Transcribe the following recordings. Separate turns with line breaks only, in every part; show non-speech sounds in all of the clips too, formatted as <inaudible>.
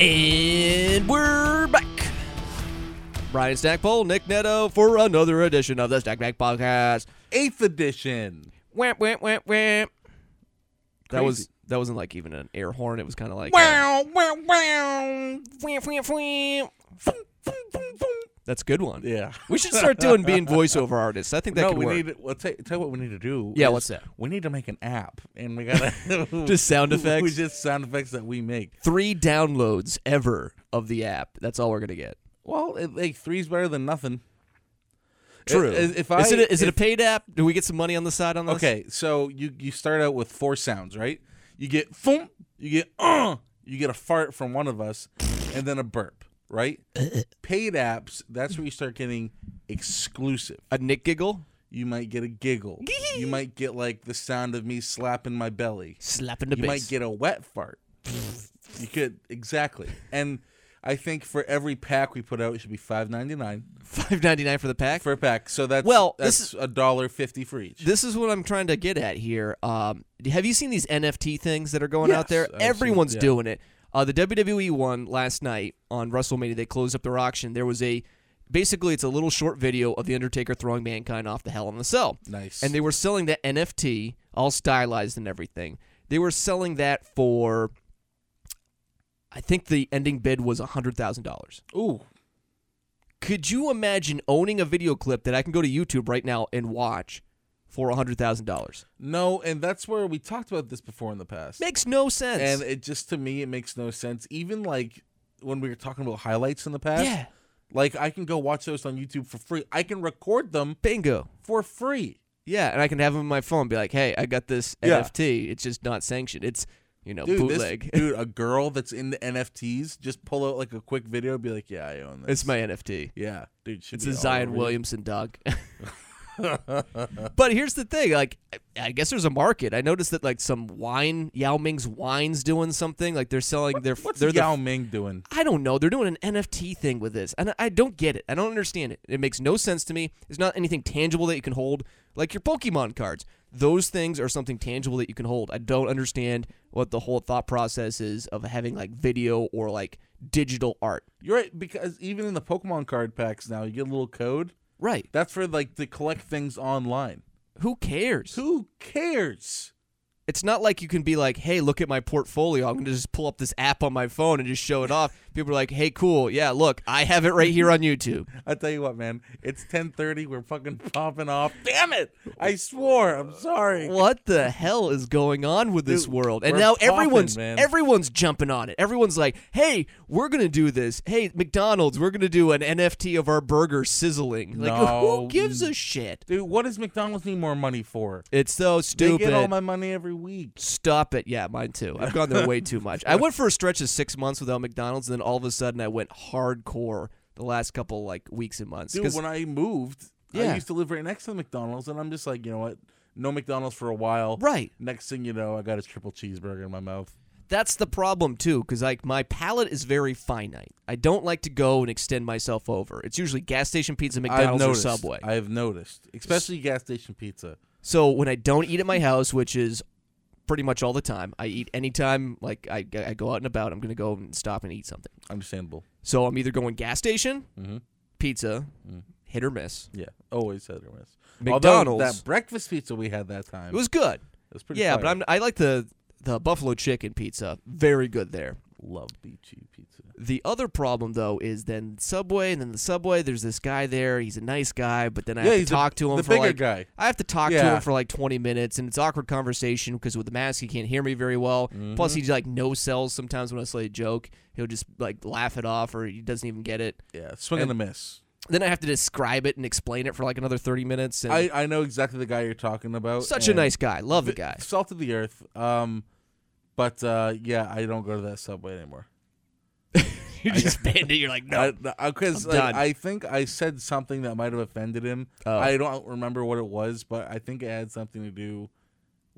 And we're back. Brian Stackpole, Nick Netto for another edition of the Stack Back Podcast.
Eighth edition.
Wham, wham, wham, wham. That was
Crazy.
that wasn't like even an air horn. It was kind of like uh,
Wow, wow, wow. Wham, wham, wham. Vroom, vroom, vroom, vroom.
that's a good one.
Yeah.
we should start doing
<laughs>
being voiceover artists. I think that
no,
could
we
work.
need. Well, tell, tell you what we need to do.
Yeah,
is
what's that?
We need to make an app, and we gotta
<laughs> Just sound
<laughs> We
effects?
just sound effects that we make.
Three downloads ever of the app. That's all we're gonna get.
Well, it, like three's better than nothing.
True.
If, if I
is it a, is
if,
it a paid app? Do we get some money on the side on this?
Okay, so you you start out with four sounds, right? You get thump, you get uh, you get a fart from one of us, and then a burp, right?
Uh,
Paid apps, that's where you start getting exclusive.
a Nick giggle,
You might get a giggle. you might get like the sound of me slapping my belly.
slapping the
You might get a wet fart. you could exactly. And I think for every pack we put out, it should be five ninety nine
<laughs> five ninety nine for the pack.
for a pack. So that's
Well, this
that's a dollar fifty for each.
this is what I'm trying to get at here. Um, have you seen these NFT things that are going out
Yes,
there?
I've seen-
Everyone's
yeah.
doing it. Uh, the WWE one last night on WrestleMania, they closed up their auction. There was a basically it's a little short video of the Undertaker throwing Mankind off the Hell in the Cell.
Nice.
And they were selling that NFT, all stylized and everything. They were selling that for, I think the ending bid was hundred thousand dollars.
Ooh,
Could you imagine owning a video clip that I can go to YouTube right now and watch for hundred thousand dollars?
No, and that's where we talked about this before in the past.
Makes no sense.
and it just to me it makes no sense. Even like when we were talking about highlights in the past.
yeah,
Like I can go watch those on YouTube for free. I can record them
bingo.
for free.
Yeah, and I can have them on my phone. Be like, hey, I got this
Yeah.
NFT. It's just not sanctioned. It's you know
Dude, this,
bootleg. <laughs>
dude, a girl that's into NFTs, just pull out like a quick video and be like, Yeah, I own this.
it's my NFT.
Yeah, dude. should
It's
be
a
all
Zion
over you.
Williamson
<laughs>
dog. <laughs> but here's the thing, like I- I guess there's a market. I noticed that like some wine, Yao Ming's wine's doing something. Like they're selling their
What's
they're
Yao
the,
Ming doing?
I don't know. They're doing an NFT thing with this, and I- I don't get it. I don't understand it. It makes no sense to me. It's not anything tangible that you can hold, like your Pokemon cards. Those things are something tangible that you can hold. I don't understand what the whole thought process is of having like video or like digital art.
You're right, because even in the Pokemon card packs now, you get a little code.
Right?
That's for like to collect things online.
Who cares?
Who cares?
It's not like you can be like, hey, look at my portfolio. I'm going to just pull up this app on my phone and just show it off. People are like, hey, cool. Yeah, look, I have it right here on YouTube.
I tell you what, man. It's ten thirty. We're fucking <laughs> popping off. Damn it! I swore. I'm sorry.
What the hell is going on with this
Dude,
world? And
we're
now
popping,
everyone's
man.
everyone's jumping on it. Everyone's like, "Hey, we're gonna do this. Hey, McDonald's, we're gonna do an NFT of our burger sizzling." Like,
No.
who gives a shit?
Dude, what does McDonald's need more money for?
It's so
They
stupid.
get all my money every week.
Stop it. Yeah, mine too. I've gone there way too much. I went for a stretch of six months without McDonald's, and then all of a sudden I went hardcore the last couple like weeks and months.
Dude,
'Cause-
when I moved,
Yeah.
I used to live right next to the McDonald's, and I'm just like, you know what? No McDonald's for a while.
right.
Next thing you know, I got a triple cheeseburger in my mouth.
That's the problem too, because like my palate is very finite. I don't like to go and extend myself over. It's usually gas station pizza,
I've
McDonald's, or
noticed.
Subway.
I have noticed, especially gas station pizza.
so when I don't eat at my house, which is pretty much all the time, I eat anytime. Like I, I go out and about, I'm gonna go and stop and eat something.
Understandable.
So I'm either going gas station,
Mhm.
pizza, hit or miss.
Yeah, always said it was. Mm. Although
McDonald's.
that breakfast pizza we had that time.
It was good.
it was pretty.
Yeah,
fire.
but I'm, I like the the buffalo chicken pizza. Very good there.
love BG pizza.
The other problem though is then Subway, and then the Subway. There's this guy there. He's a nice guy, but then I have to
he's the-
talk to him
the
for
bigger
like
guy.
I have to talk to
Yeah.
him for like 20 minutes, and it's awkward conversation because with the mask he can't hear me very well. Plus
Mm-hmm.
he's like no sells sometimes when I say a joke. He'll just like laugh it off, or he doesn't even get it.
Yeah, swing and, a miss.
Then I have to describe it and explain it for like another 30 minutes. And
I, I know exactly the guy you're talking about.
such a
and
nice guy, love
<laughs>
the guy.
Salt of the earth. Um, but uh, yeah, I don't go to that subway anymore.
You just banned it. You're
<laughs>
like no.
Because
I'm
like,
done.
I think I said something that might have offended him.
Oh.
I don't remember what it was, but I think it had something to do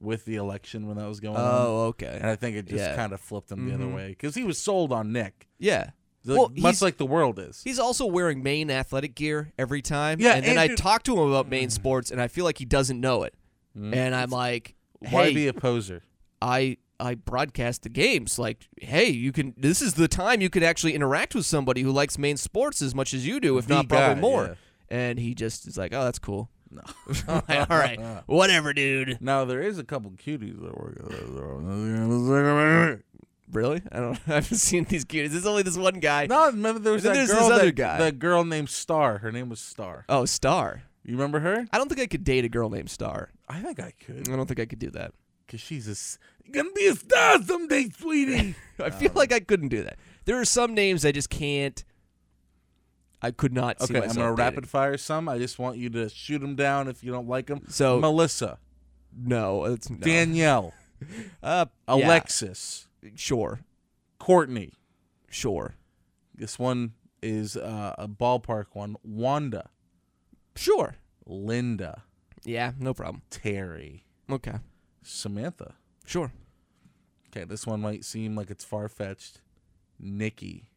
with the election when that was going on.
oh, okay.
And I think it just
Yeah.
kind of flipped him the other way because he was sold on Nick,
Yeah.
like,
well,
much
he's,
like the world is.
he's also wearing Maine athletic gear every time.
Yeah,
and then
and
I
dude-
talk to him about Maine sports, and I feel like he doesn't know it. And I'm like,
Why
hey,
be a poser?
I I broadcast the games. Like, hey, you can. This is the time you could actually interact with somebody who likes main sports as much as you do, if
The
not
guy,
probably more.
yeah.
And he just is like, oh, that's cool. <laughs> No. <laughs> all right, whatever, dude.
<laughs> Now there is a couple cuties that <laughs> work.
Really? I don't. <laughs> I haven't seen these cuties. There's only this one guy.
No, remember there was
And then
that
there's
girl.
this other
that,
guy.
That girl named Star. Her name was Star.
Oh, Star.
You remember her?
I don't think I could date a girl named Star.
I think I
I
could,
don't think I could do that.
cause she's a s- gonna be a star someday, <laughs> sweetie.
I feel
Um,
like I couldn't do that. There are some names I just can't. I could not see
okay, I'm
myself
gonna
dating.
rapid fire some. I just want you to shoot them down if you don't like them.
So-
Melissa,
No, it's no.
Danielle,
Uh, <laughs> yeah.
Alexis,
Sure,
Courtney.
sure,
This one is uh, a ballpark one. Wanda,
sure.
Linda,
Yeah, no problem.
Terry,
Okay,
Samantha.
sure.
Okay, this one might seem like it's far fetched. Nikki.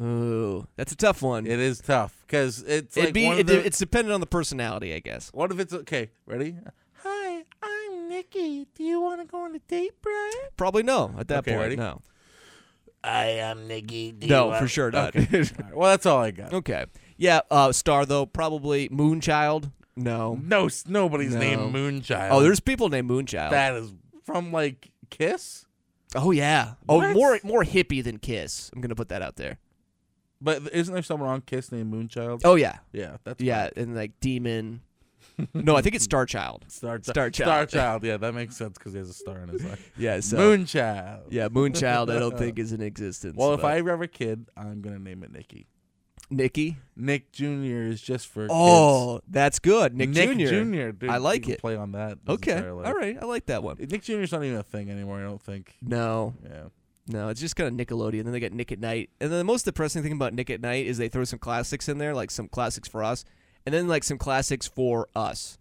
Ooh, that's a tough one.
It is tough because it's
It'd
like
be
one
it,
of the,
it's dependent on the personality, I guess.
What if it's okay? Ready? Hi, I'm Nikki. Do you want to go on a date, Brian?
Probably no at that
Okay,
point.
ready?
No,
I am Nikki.
no, for sure not. <laughs>
Okay. <laughs>
Okay,
All right, well, that's all I got.
yeah. Uh, star though, probably Moonchild. No.
No, s- nobody's
No.
named Moonchild.
Oh, there's people named Moonchild.
that is from like Kiss,
oh yeah. Oh,
What?
more more hippie than Kiss. I'm gonna put that out there.
but isn't there someone on Kiss named Moonchild?
Oh yeah,
Yeah, that's
yeah, and like Demon. no, I think it's Starchild.
Star
<laughs> Star Child.
Star Child. Yeah, that makes sense because he has a star in
<laughs>
his eye.
Yeah, so
Moonchild.
yeah, Moonchild. I don't think is in existence.
Well, if
but-
I ever have a kid, I'm gonna name it Nikki.
Nikki.
Nick Jr. is just for kids.
Oh, that's good. Nick, Jr.
Jr. Dude,
I
he
like
can
it.
Play on that. his
Okay,
entire life.
all right, I like that one.
Nick Jr.'s not even a thing anymore. I don't think.
No,
Yeah.
no, it's just kind of Nickelodeon. Then they got Nick at Night, and then the most depressing thing about Nick at Night is they throw some classics in there, like some classics for us, and then like some classics for us,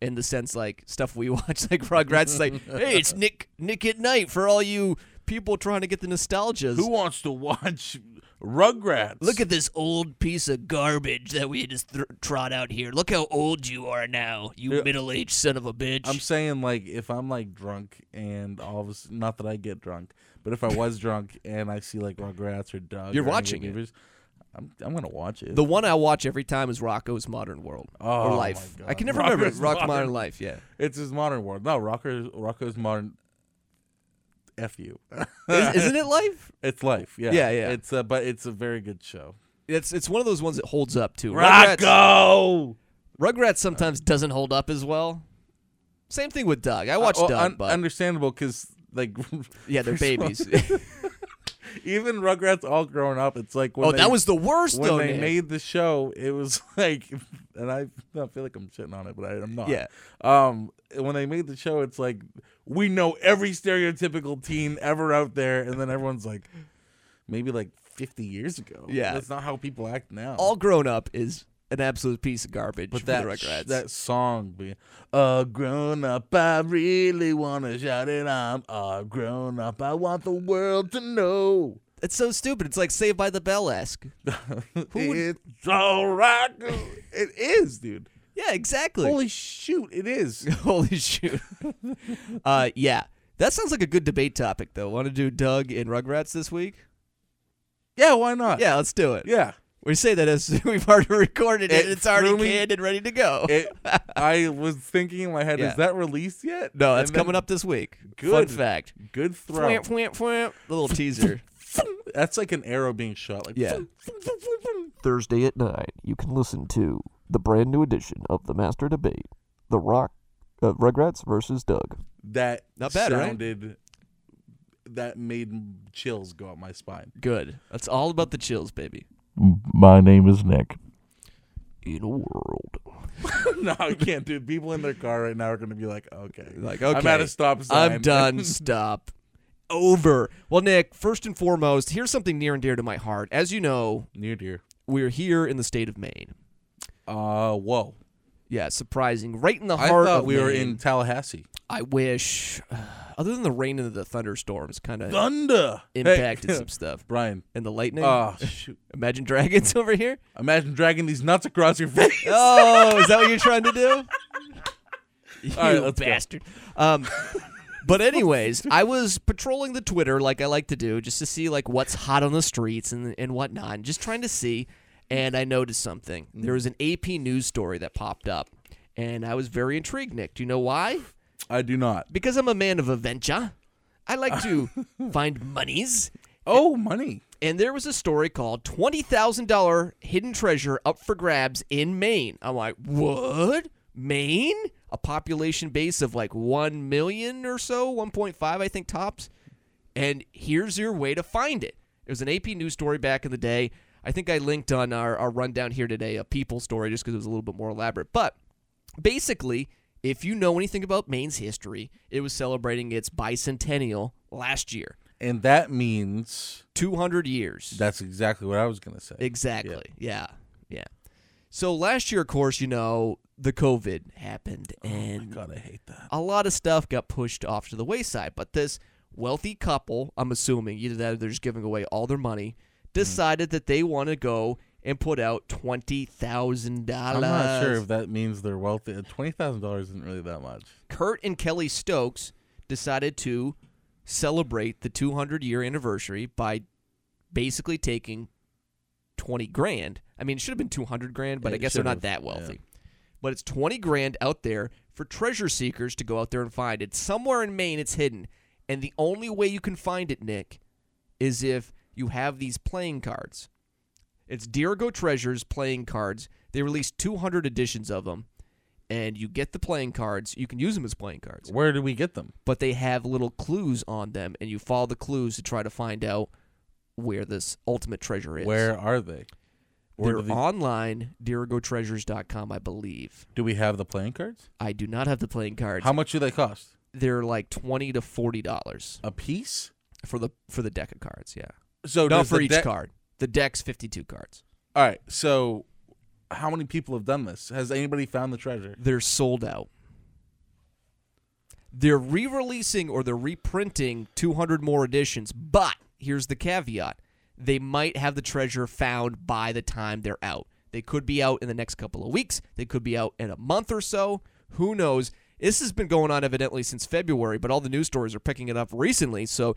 in the sense like stuff we <laughs> watch, like Rugrats. It's <laughs> like, hey, it's Nick Nick at Night for all you people trying to get the nostalgias.
Who wants to watch Rugrats?
Look at this old piece of garbage that we just thr trot out here. Look how old you are now, you
Yeah.
middle-aged son of a bitch.
I'm saying like if I'm like drunk and all of a sudden, not that I get drunk, but if
<laughs>
I was drunk and I see like Rugrats or Doug,
You're
or any
watching it.
neighbors, I'm I'm gonna watch it.
The one I watch every time is Rocco's Modern World
Oh,
or
my
Life. I
God.
can never remember it.
Rocco's
Rock
Modern-
Modern Life. <laughs> Yeah,
it's his modern world. No, Rocker's Rocco's modern. F you.
<laughs> is, isn't it Life?
It's life. Yeah.
Yeah, yeah.
It's uh, but it's a very good show.
It's it's one of those ones that holds up too. Rugrats,
Rocco.
Rugrats sometimes doesn't hold up as well. Same thing with Doug. I watch
Uh, well,
Doug,
un-
but
understandable because like <laughs>
yeah, they're
for some- <laughs>
babies.
Even Rugrats all grown up. It's like when
oh,
they,
that was the worst
when
though.
they
Nick.
made the show. It was <laughs> like, and I, I feel like I'm shitting on it, but I, I'm not.
Yeah.
Um, when they made the show, it's like we know every stereotypical teen ever out there, and then everyone's like, maybe like 50 years ago.
Yeah.
That's not how people act now.
all grown up is an absolute piece of garbage.
But
for
that
the
sh-
Rugrats.
that song, be- a grown up, I really wanna shout it. I'm a grown up. I want the world
<laughs>
to know.
it's so stupid. It's like Saved by the Bell esque. would-
it's all right. dude. it is, dude.
Yeah, exactly. <laughs>
Holy <laughs> shoot, it is.
Holy shoot. <laughs> uh, yeah. That sounds like a good debate topic, though. Want to do Doug and Rugrats this week?
Yeah, why not?
Yeah, let's do it.
Uh, yeah.
We say that as <laughs> we've already recorded it.
It
it's already
threw me-
canned and ready to go.
It, I was thinking in my head,
Yeah.
is that released yet?
no, that's
And then-
coming up this week. Fun
Good. <laughs>
fact.
Good throw.
Fwamp, fwamp, fwamp. Little teaser.
That's like an arrow being shot. Like
Yeah. Thursday at 9, you can listen to the brand new edition of The Master Debate The Rock, uh, Rugrats versus Doug.
that
Not bad, right?
sounded that made chills go up my spine.
<laughs> Good. That's all about the chills, baby.
My name is Nick.
In a world.
<laughs> no, I can't do. it. People in their car right now are going to be like, "Okay,
Like,
I'm at
okay,
a stop sign.
I'm done. Stop. Over. Well, Nick, first and foremost, here's something near and dear to my heart. As you know,
<laughs> Near dear.
we're here in the state of Maine.
Uh, whoa.
Yeah, surprising. Right in the
I
heart
thought
of
we were
Maine.
in Tallahassee.
I wish. <sighs> Other than the rain and the thunderstorms, kind of
Thunder Hey, <laughs>
impacted some stuff. <laughs>
Brian.
And the lightning.
Oh shoot!
Imagine Dragons <laughs> over here.
Imagine dragging these nuts across
<laughs>
your face. <laughs>
Oh, is that what you're trying to do? you
All right, let's go.
bastard. Um, But anyways, I was patrolling the Twitter like I like to do, just to see like what's hot on the streets and and whatnot, and just trying to see. And I noticed something.
Mm.
There was an AP news story that popped up, and I was very intrigued. Nick, do you know why?
I do not.
Because I'm a man of adventure. I like
<laughs>
to find monies.
Oh, money.
And there was a story called $20,000 hidden treasure up for grabs in Maine. I'm like, what? Maine? A population base of like 1 million or so, 1.5, I think, tops. And here's your way to find it. It was an AP news story back in the day. I think I linked on our, our rundown here today a people story just because it was a little bit more elaborate. But basically, if you know anything about Maine's history, it was celebrating its bicentennial last year.
And that means
200 years.
that's exactly what I was going to say.
Exactly. Yeah. yeah. So last year, of course, you know, the COVID happened and
Oh God, I hate that.
a lot of stuff got pushed off to the wayside. But this wealthy couple, I'm assuming, either that or they're just giving away all their money,
Mm-hmm.
decided that they want to go and put out $20,000.
I'm not sure if that means they're wealthy. $20,000 isn't really that much.
Kurt and Kelly Stokes decided to celebrate the 200 year anniversary by basically taking 20 grand. I mean, it should have been 200 grand, but
It
I guess they're
should
not
have,
that
yeah.
wealthy. But it's 20 grand out there for treasure seekers to go out there and find it. Somewhere in Maine, it's hidden. And the only way you can find it, Nick, is if you have these playing cards. It's Dirigo Treasures playing cards. They released 200 editions of them, and you get the playing cards. You can use them as playing cards,
Where do we get them?
but they have little clues on them, and you follow the clues to try to find out where this ultimate treasure is.
Where are they? Where
They're
do, they,
online, DirigoTreasures.com, I believe.
do we have the playing cards?
I do not have the playing cards.
How much do they cost?
They're like twenty to forty dollars
A piece?
for the for the deck of cards. Yeah,
So
not
does
for
the
each
deck-
card. The deck's fifty-two cards.
All right. So how many people have done this? Has anybody found the treasure?
they're sold out. They're re-releasing or they're reprinting 200 more editions, but here's the caveat: they might have the treasure found by the time they're out. They could be out in the next couple of weeks. They could be out in a month or so. Who knows? This has been going on evidently since February, but all the news stories are picking it up recently. So,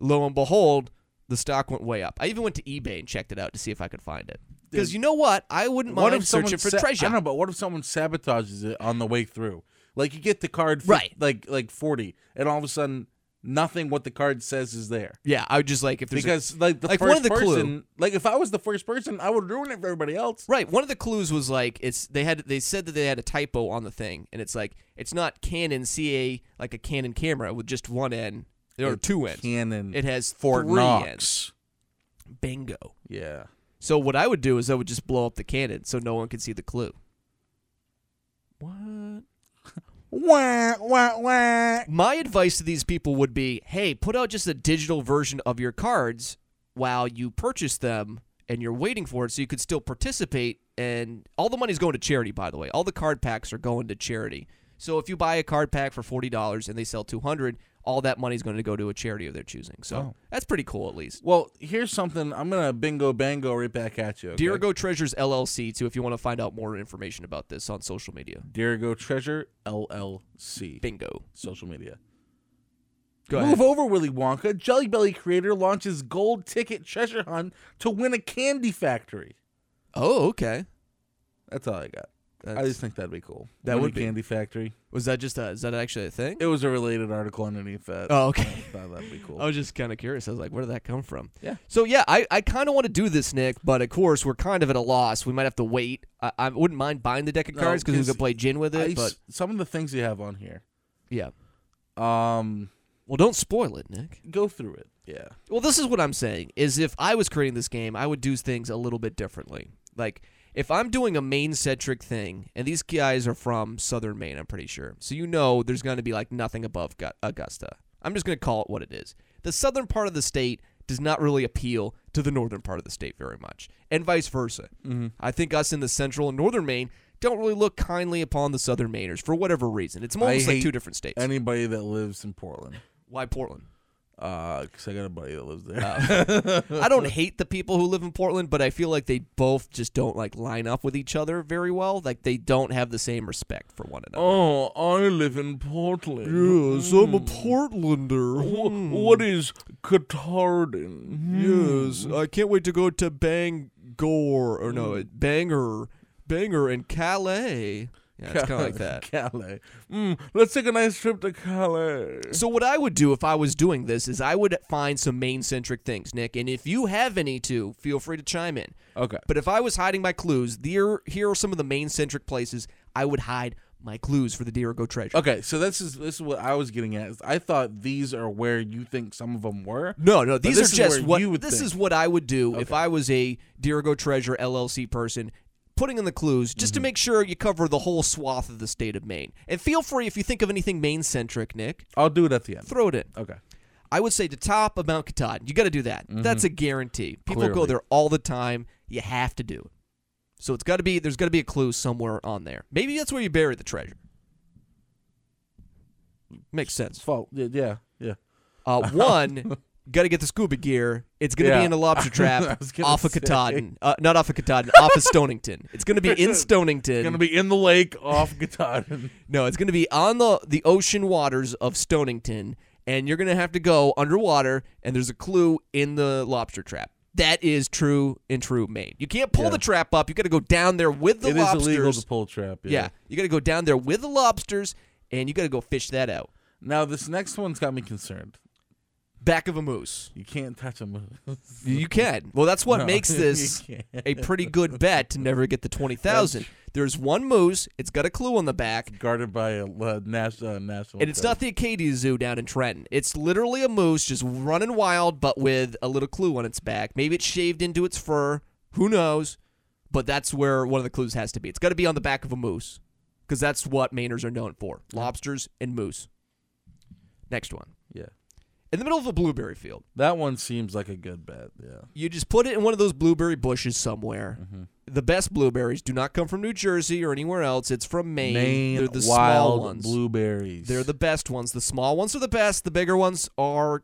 lo and behold, the stock went way up. I even went to eBay and checked it out to see if I could find it. Because you know what? I wouldn't mind searching for
sa-
treasure.
I don't know, but what if someone sabotages it on the way through? Like you get the card, for,
Right.
Like like forty, and all of a sudden, nothing what the card says is there.
Yeah, I would just like if there's a-
Because like the
like,
first
one of the clue-
person, like if I was the first person, I would ruin it for everybody else.
right. One of the clues was like it's they had they said that they had a typo on the thing, and it's like it's not Canon CA like a Canon camera with just one end or two ends.
Canon.
It has
Fort
three
Knox.
ends. Bingo.
Yeah.
So what I would do is I would just blow up the cannon so no one could see the clue. What?
<laughs> Wah wah wah.
My advice to these people would be, hey, put out just a digital version of your cards while you purchase them and you're waiting for it so you could still participate and all the money's going to charity by the way. All the card packs are going to charity. So if you buy a card pack for $40 and they sell 200, all that money's going to go to a charity of their choosing. So
Oh.
that's pretty cool at least.
Well, here's something. I'm gonna bingo bango right back at you. Okay?
Dirigo Treasures LLC too if you want to find out more information about this on social media.
Dirigo Treasure LLC.
Bingo.
Social media.
Go
Move
ahead.
over, Willy Wonka. Jelly Belly creator launches gold ticket treasure hunt to win a candy factory.
Oh, okay.
That's all I got. I
That's-
just think that'd be cool.
That
Win a
would be.
candy factory.
Was that just a is that actually a thing?
It was a related article underneath that.
Oh, okay. <laughs>
I thought that'd be cool.
I was just kind of curious. I was like, where did that come from?
Yeah.
So yeah, I, I kind of want to do this, Nick, but of course we're kind of at a loss. We might have to wait. I, I wouldn't mind buying the deck of
No,
cards because we
'cause
could play gin with it.
I-
but
some of the things you have on here.
yeah.
Um,
Well, don't spoil it, Nick.
go through it. Yeah.
Well, this is what I'm saying: is if I was creating this game, I would do things a little bit differently. Like if I'm doing a Maine-centric thing, and these guys are from Southern Maine, I'm pretty sure. So you know, there's going to be like nothing above Gu- Augusta. I'm just going to call it what it is. The southern part of the state does not really appeal to the northern part of the state very much, and vice versa. I think us in the central and northern Maine don't really look kindly upon the southern Mainers for whatever reason. It's almost like
hate
two different states.
Anybody that lives in Portland.
Why Portland?
Uh, cause I got a buddy that lives there.
Ah. I don't hate the people who live in Portland, but I feel like they both just don't like line up with each other very well. Like they don't have the same respect for one another.
<laughs> oh, I live in Portland. Hmm.
Yes, I'm a Portlander.
Wh- What is Catardin?
Yes, I can't wait to go to Bangor or no Bangor, Bangor and Calais. Yeah, it's kind of like that.
<laughs> Calais. Mm, let's take a nice trip to Calais.
So what I would do if I was doing this is I would find some main centric things, Nick. And if you have any too, feel free to chime in.
Okay.
But if I was hiding my clues, there here are some of the main centric places I would hide my clues for the Deer Go treasure.
Okay, so this is this is what I was getting at. is I thought these are where you think some of them were.
No, no,
But
these
this
are
is
just
where
what
you would
this
think.
is what I would do if I was a Dirigo Treasure LLC person, putting in the clues just to
Mm-hmm.
make sure you cover the whole swath of the state of Maine. And feel free if you think of anything Maine centric, Nick,
I'll do it at the end.
throw it in.
Okay.
I would say to top of Mount Katahdin, you got to do that. That's a guarantee. People go
Mm-hmm. Clearly.
there all the time. You have to do it. So it's got to be there's got to be a clue somewhere on there. Maybe that's where you bury the treasure. Makes sense.
Fault. Yeah, yeah. yeah. <laughs>
Uh, one, got to get the scuba gear. It's going to
Yeah.
be in a lobster
<laughs> I
trap
was gonna
off of
say.
Katahdin. Uh, not off of Katahdin, off of Stonington. It's going to be
<laughs>
in Stonington.
Gonna be in the lake off <laughs> Catardin.
no, it's going to be on the, the ocean waters of Stonington, and you're going to have to go underwater, and there's a clue in the lobster trap. That is true in true Maine. You can't pull the trap up. You got to go down there with the
It is
lobsters.
illegal to pull trap.
yeah. you got to go down there with the lobsters, and you got to go fish that out.
Now this next one's got me concerned.
Back of a moose.
You can't touch a moose.
You can. Well, that's what
No,
makes
<laughs> you
this
can't.
a pretty good bet to never get the 20,000. There's one moose, it's got a clue on the back,
<laughs> Guarded by a uh, national uh, national.
and it's not the Acadia Zoo down in Trenton. It's literally a moose just running wild, but with a little clue on its back. Maybe it's shaved into its fur. Who knows? But that's where one of the clues has to be. It's got to be on the back of a moose because that's what Mainers are known for lobsters and moose. Next one.
Yeah.
In the middle of a blueberry field.
That one seems like a good bet. Yeah.
You just put it in one of those blueberry bushes somewhere.
Mm-hmm.
The best blueberries do not come from New Jersey or anywhere else. It's from Maine.
Maine
They're the
wild
small ones.
blueberries.
They're the best ones. The small ones are the best. The bigger ones are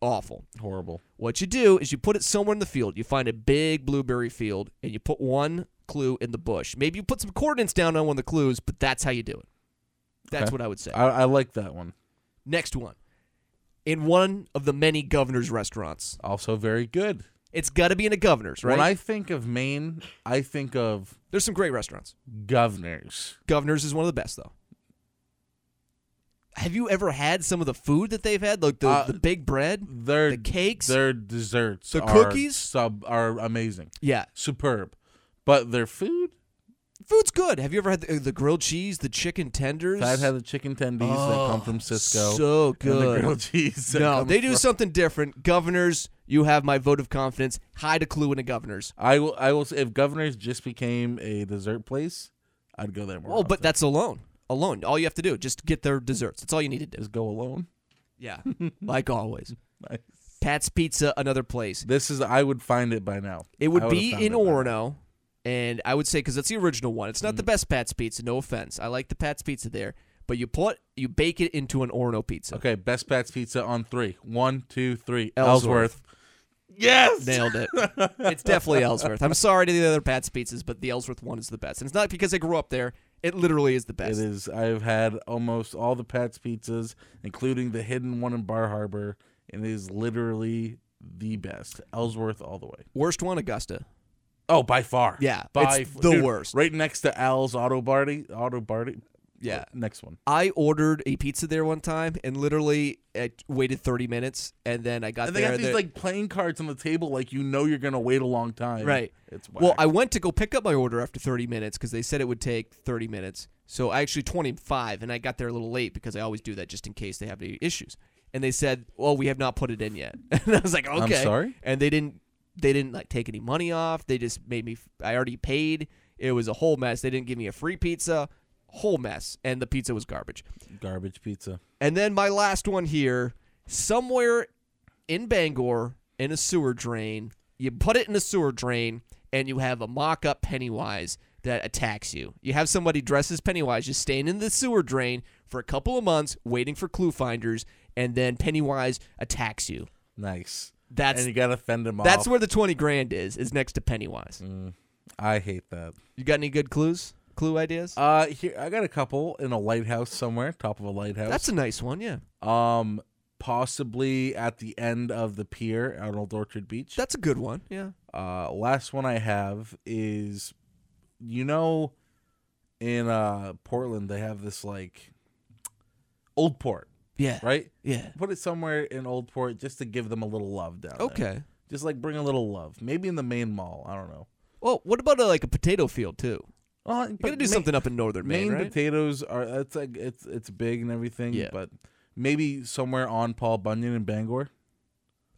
awful.
horrible.
What you do is you put it somewhere in the field. You find a big blueberry field and you put one clue in the bush. Maybe you put some coordinates down on one of the clues, but that's how you do it. That's
Okay.
what I would say.
I, I like that one.
Next one. In one of the many governor's restaurants.
Also very good.
It's got to be in a governor's, right?
When I think of Maine, I think of
There's some great restaurants.
governors.
Governors is one of the best though. Have you ever had some of the food that they've had, like the,
Uh,
the big bread,
Their
the cakes?
their desserts,
The
are
cookies?
sub are amazing,
yeah,
superb, but their food.
food's good. Have you ever had the, the grilled cheese, the chicken tenders?
I've had the chicken tendies that come from Cisco.
Oh, So
and the
good.
grilled cheese. that
No,
comes
they do
from-
something different. Governors, you have my vote of confidence. Hide a clue in a governors.
I will. I will. Say, if Governors just became a dessert place, I'd go there more.
Oh, but that's alone. Alone. All you have to do, just get their desserts. That's all you need to do.
just go alone.
Yeah, <laughs> like always.
<laughs> Nice.
Pat's Pizza, another place.
This is. I would find it by now.
It
I
would
would've
be
found
in
it by now.
Orono, and I would say because that's the original one. It's not
Mm.
the best Pat's Pizza, no offense. I like the Pat's Pizza there, but you put you bake it into an Orono pizza.
Okay, Best Pat's Pizza on three. One, two, three.
Ellsworth.
Ellsworth. Yes.
Nailed
<laughs>
it. it's definitely Ellsworth. I'm sorry to the other Pat's Pizzas, but the Ellsworth one is the best. And it's not because I grew up there. It literally is the
It
best.
is. I've had almost all the Pat's pizzas, including the hidden one in Bar Harbor, and it is literally the best. Ellsworth all the way.
Worst one, Augusta.
Oh, by far.
Yeah,
by
it's
f-
the
dude,
worst.
Right next to Al's Auto Barty. Auto Barty.
Yeah.
Next one.
I ordered a pizza there one time and literally I waited 30 minutes and then I got
And they
there.
got these
there-
like playing cards on the table, like you know you're gonna wait a long time.
Right.
It's
Well,
whack.
I went to go pick up my order after 30 minutes because they said it would take 30 minutes. So I actually 25, and I got there a little late because I always do that just in case they have any issues. And they said, "Well, we have not put it in yet." <laughs> And I was like, "Okay."
sorry?
And they didn't. They didn't like take any money off. They just made me. I already paid. It was a whole mess. They didn't give me a free pizza. Whole mess, and the pizza was garbage.
garbage pizza.
And then my last one here, somewhere in Bangor in a sewer drain, you put it in a sewer drain and you have a mock up Pennywise that attacks you. You have somebody dressed as Pennywise just staying in the sewer drain for a couple of months waiting for clue finders and then Pennywise attacks you.
Nice.
That's
and you gotta fend them
that's
off.
where the twenty grand is. Is next to Pennywise.
Mm. I hate that.
You got any good clues? Clue ideas?
Uh, here I got a couple in a lighthouse somewhere, top of a lighthouse.
that's a nice one. Yeah,
um, possibly at the end of the pier at Old Orchard Beach.
that's a good one. Yeah.
Uh, last one I have is, you know, in uh Portland they have this like Old Port,
Yeah.
right?
Yeah.
Put it somewhere in Old Port just to give them a little love down there.
Okay.
Just like bring a little love, maybe in the main mall. I don't know.
Well, what about a, like a potato field too?
Oh,
You gotta do something up in northern Maine,
Maine
right?
potatoes are that's like it's it's big and everything,
Yeah.
but maybe somewhere on Paul Bunyan in Bangor.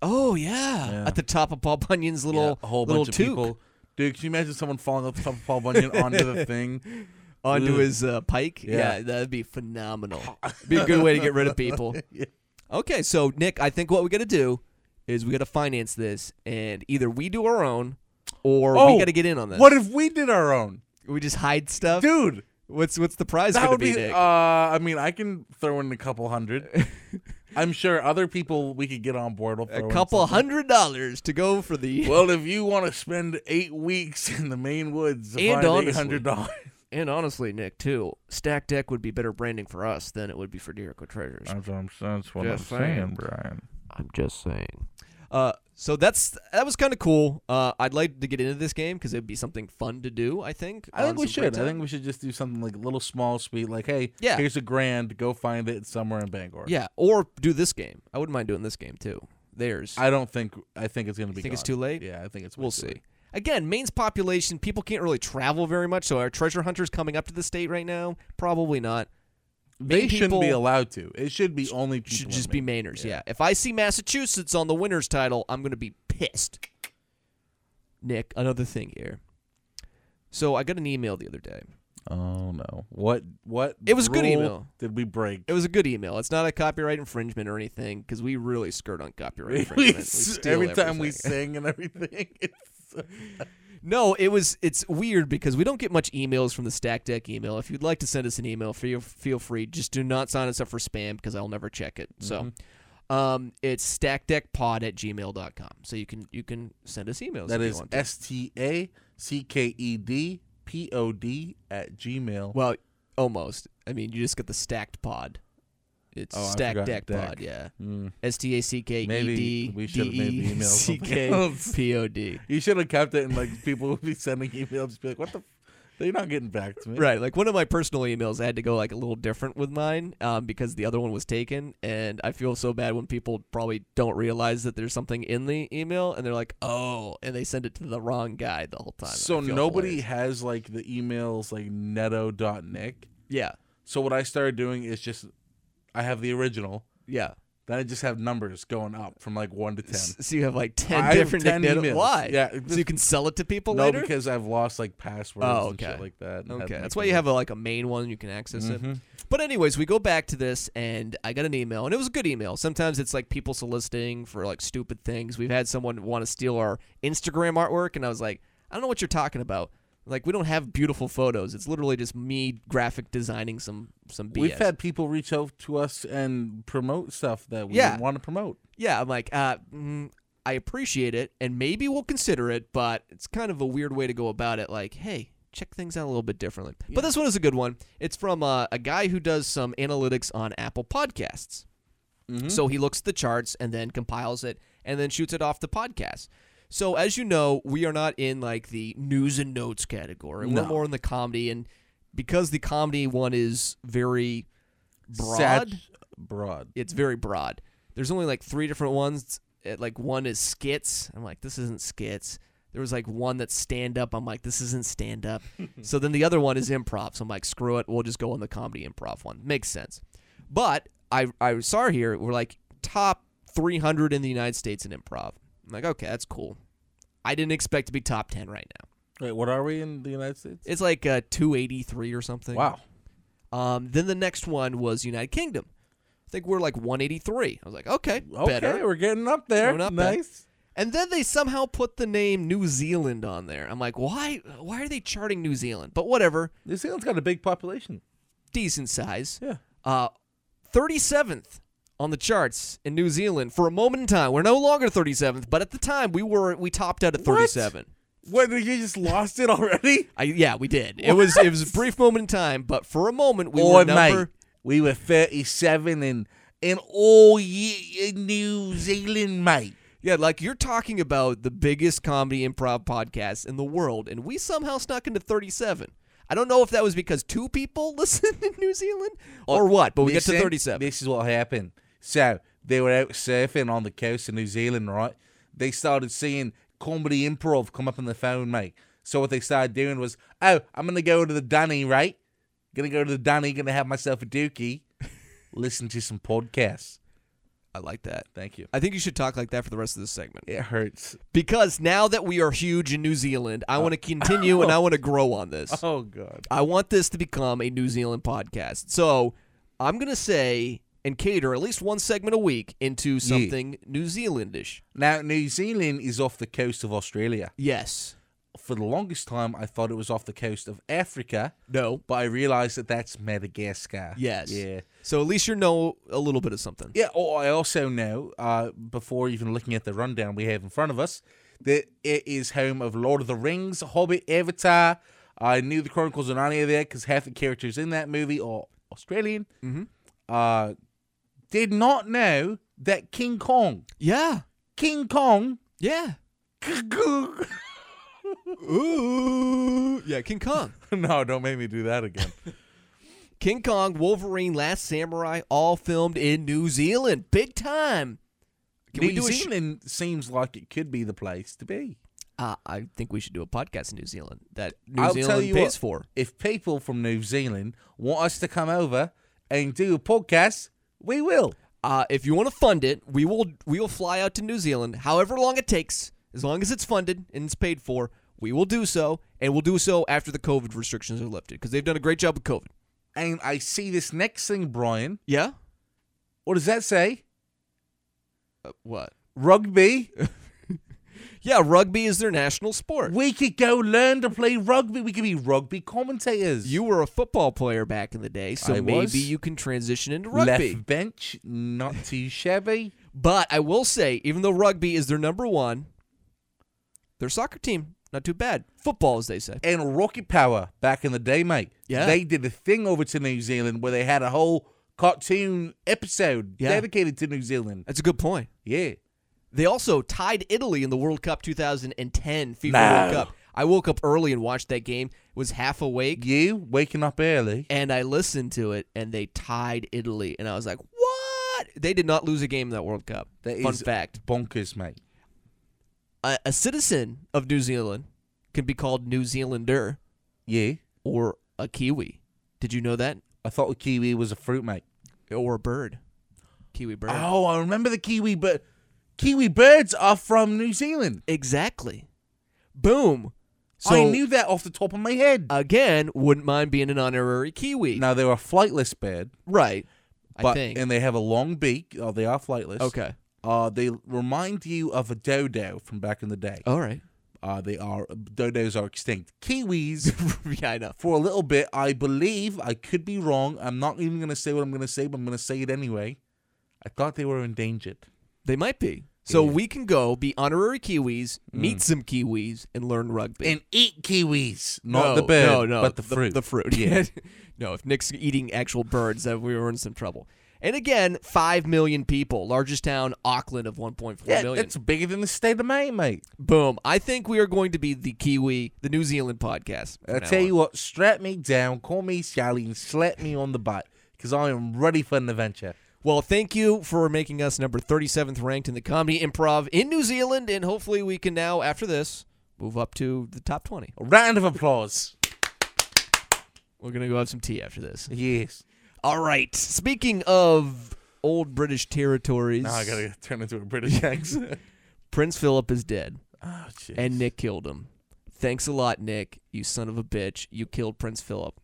oh yeah.
Yeah.
at the top of Paul Bunyan's little
Yeah, a whole
little
bunch
toque
of people. Dude, can you imagine someone falling off the top of Paul Bunyan
<laughs>
onto the thing?
onto
Ugh.
his uh, pike. Yeah.
Yeah.
that'd be
<laughs>
phenomenal. be a good way to get rid of people.
Yeah.
Okay, so Nick, I think what we gotta do is we gotta finance this, and either we do our own, or we
Oh,
gotta get in on this.
What if we did our own,
We just hide stuff.
dude?
What's what's the prize
That
gonna
would
be,
be.
Nick?
uh, I mean, I can throw in a
<laughs>
couple hundred. I'm sure other people we could get on board will throw
a
in
couple
something.
hundred dollars to go for the <laughs>
Well, if you want to spend eight weeks in the Maine woods to
And
find
honestly.
eight hundred dollars,
And honestly, Nick, too, Stack Deck would be better branding for us than it would be for Deerico Treasures.
that's what I'm, that's what
Just saying.
Brian.
I'm just saying. Uh, so that's that was kind of cool. Uh, I'd like to get into this game because it'd be something fun to do. I think.
I
on
think we
some free
should. I
time.
think we should just do something like a little small, sweet, like, hey,
Yeah.
here's a grand, go find it somewhere in Bangor.
yeah, or do this game. I wouldn't mind doing this game too. Theirs.
I don't think I think it's gonna be.
think it's
gone.
too late?
Yeah, I think it's. way
we'll
too
see.
late.
Again, Maine's population, people can't really travel very much, so our treasure hunters coming up to the state right now? Probably not.
They
Maine
shouldn't be
people
allowed to. It should be only. People
Should
in
just be
Maine.
Mainers, yeah. If I see Massachusetts on the winner's title, I'm going to be pissed. Nick, another thing here. So I got an email the other day.
Oh no! What? What?
It was a good
rule
email.
Did we break?
It was a good email. It's not a copyright infringement or anything because we really skirt on copyright
<laughs> We-
infringement. We
s-
steal
every time we
everything. <laughs>
sing and everything. <laughs> It's,
No, it was. It's weird because we don't get much emails from the Stack Deck email. If you'd like to send us an email, feel feel free. Just do not sign us up for spam because I'll never check it.
Mm-hmm.
So, um, it's stackdeckpod at gmail.com. So you can you can send us emails. if
that
you
is
want to.
S T A C K E D P O D at Gmail.
well, almost. I mean, you just get the stacked pod. It's
Oh, I
stack
forgot
deck,
deck.
pod. Yeah,
<laughs> Mm.
S T A C K E D
Maybe we should have made the
D E
email
C
something
K
<laughs> else.
<laughs> P O D.
You should have kept it, and like people would be sending emails, just be like, "What the? F- they're not getting back to me."
Right, like one of my personal emails, I had to go like a little different with mine um, because the other one was taken, and I feel so bad when people probably don't realize that there's something in the email, and they're like, "Oh," and they send it to the wrong guy the whole time.
So
I feel
nobody
hilarious.
has like the emails like netto.nick.
yeah,
So what I started doing is just I have the original,
yeah.
then I just have numbers going up from like one to ten.
S- So you have like ten
I have
different
10
nicknames.
emails.
<laughs> Why?
Yeah,
so
just-
you can sell it to people
No,
later.
because I've lost like passwords
Oh,
and
okay.
shit like that. and had,
okay,
like,
that's why you have a, like a main one you can access it.
Mhm.
But anyways, we go back to this, and I got an email, and it was a good email. Sometimes it's like people soliciting for like stupid things. We've had someone want to steal our Instagram artwork, and I was like, I don't know what you're talking about. Like we don't have beautiful photos. It's literally just me graphic designing some some BS.
We've had people reach out to us and promote stuff that we
Yeah.
didn't want to promote.
yeah, I'm like, uh, mm, I appreciate it, and maybe we'll consider it, but it's kind of a weird way to go about it. Like, hey, check things out a little bit differently. But this one is a good one. It's from uh, a guy who does some analytics on Apple Podcasts. So he looks at the charts and then compiles it and then shoots it off the podcast. So as you know, we are not in like the news and notes category. We're
No.
more in the comedy, and because the comedy one is very broad,
Sat- broad.
it's very broad. There's only like three different ones. It, like one is skits. I'm like, this isn't skits. There was like one that's stand up. I'm like, this isn't stand
<laughs>
up. so then the other one is improv. So I'm like, screw it. We'll just go on the comedy improv one. Makes sense. But I I saw here we're like top 300 in the United States in improv. I'm like, okay, that's cool. I didn't expect to be top 10 right now.
Wait, what are we in the United States?
It's like uh, 283 or something.
Wow.
Um, then the next one was United Kingdom. I think we're like 183. I was like, okay,
Okay,
better.
we're getting up there.
Going up there.
nice.
And then they somehow put the name New Zealand on there. I'm like, why? Why are they charting New Zealand? But whatever,
New Zealand's got a big population.
decent size.
Yeah.
Uh, 37th Uh, on the charts in New Zealand for a moment in time. We're no longer 37th, but at the time we were we topped out at 37.
What? You just lost it already? <laughs>
I, yeah, we did. It was it was a brief moment in time, but for a moment we were
All night.
number
We were 37 and and all year in New Zealand, mate.
Yeah, like you're talking about the biggest comedy improv podcast in the world, and we somehow snuck into 37. I don't know if that was because two people <laughs> listened in New Zealand or what, but we get to
Listen,
37.
This is what happened. So they were out surfing on the coast of New Zealand, right? They started seeing comedy improv come up on the phone, mate. So what they started doing was, oh, I'm gonna go to the dunny, right? Gonna go to the dunny, gonna have myself a <laughs> dookie, listen to some podcasts.
I like that.
Thank you.
I think you should talk like that for the rest of this segment.
It hurts.
Because now that we are huge in New Zealand, I want to continue and I want to grow on this.
Oh god.
I want this to become a New Zealand podcast. So I'm going to say and cater at least one segment a week into something New Zealandish.
Now New Zealand is off the coast of Australia.
Yes.
For the longest time, I thought it was off the coast of Africa,
No.
but I realized that that's Madagascar.
Yes.
Yeah.
So at least you know a little bit of something.
Yeah, oh, I also know, uh, before even looking at the rundown we have in front of us, that it is home of Lord of the Rings, Hobbit, Avatar. I knew the Chronicles of Narnia there because half the characters in that movie are Australian.
Mhm.
Uh, did not know that King Kong,
Yeah.
King Kong,
Yeah. Ooh. Yeah, King Kong.
<laughs> no, don't make me do that <laughs> again.
<laughs> King Kong, Wolverine, Last Samurai, all filmed in New Zealand. Big time. Can
New
we do a sh-
Zealand seems like it could be the place to be.
Uh, I think we should do a podcast in New Zealand that New
I'll tell
Zealand
you
pays
what.
for.
If people from New Zealand want us to come over and do a podcast, we will.
Uh, if you want to fund it, we will we will fly out to New Zealand, however long it takes, as long as it's funded and it's paid for. We will do so, and we'll do so after the COVID restrictions are lifted because they've done a great job with COVID.
And I see this next thing, Brian.
Yeah.
What does that say?
Uh, what?
<laughs> Rugby.
Yeah, rugby is their national sport.
we could go learn to play rugby. We could be rugby commentators.
You were a football player back in the day, so
I
maybe
was.
you can transition into rugby.
left bench, not too shabby.
But I will say, even though rugby is their number one, their soccer team not too bad. Football, as they say.
And Rocket Power back in the day, mate.
Yeah.
They did a thing over to New Zealand where they had a whole cartoon episode
Yeah.
dedicated to New Zealand.
That's a good point.
Yeah.
They also tied Italy in the World Cup 2010 FIFA World
No.
Cup. I woke up early and watched that game. Was half awake
You waking up early.
and I listened to it, and they tied Italy, and I was like, "What? They did not lose a game in that World Cup."
That
Fun
is-
fact.
Bonkers, mate.
a, a citizen of New Zealand can be called New Zealander
Yeah.
or a kiwi. Did you know that?
I thought the kiwi was a fruit, mate.
Or a bird, kiwi bird.
Oh, I remember the kiwi, but kiwi birds are from New Zealand.
Exactly. Boom. So Uh,
I knew that off the top of my head.
again, wouldn't mind being an honorary kiwi.
now they're a flightless bird,
Right. I
but
think.
and they have a long beak. Oh, they are flightless.
okay.
Uh, they remind you of a dodo from back in the day.
All right. <laughs>
Uh, they are dodos are extinct. Kiwis,
yeah, I know.
for a little bit, I believe I could be wrong. I'm not even gonna say what I'm gonna say, but I'm gonna say it anyway. I thought they were endangered.
They might be. So
Yeah. Mm.
we can go be honorary kiwis, meet some kiwis, and learn rugby.
And eat kiwis, not the
No,
bird,
no, no,
but the fruit.
The, fruit. <laughs> Yeah. no, if Nick's eating actual birds, then we were in some trouble. And again, five million people, largest town, Auckland of 1.4 million.
yeah, it's bigger than the state of Maine, mate.
Boom! I think we are going to be the Kiwi, the New Zealand podcast. from
I
now
tell
on.
you what, strap me down, call me Sally, and slap me on the butt because I am ready for an adventure.
Well, thank you for making us number 37th ranked in the comedy improv in New Zealand, and hopefully we can now, after this, move up to the top 20.
A round of applause.
We're gonna go have some tea after this.
Yes.
All right. Speaking of old British territories,
Now I gotta turn into a British accent.
Prince Philip is dead.
<laughs> oh, shit.
and Nick killed him. Thanks a lot, Nick. You son of a bitch. You killed Prince Philip.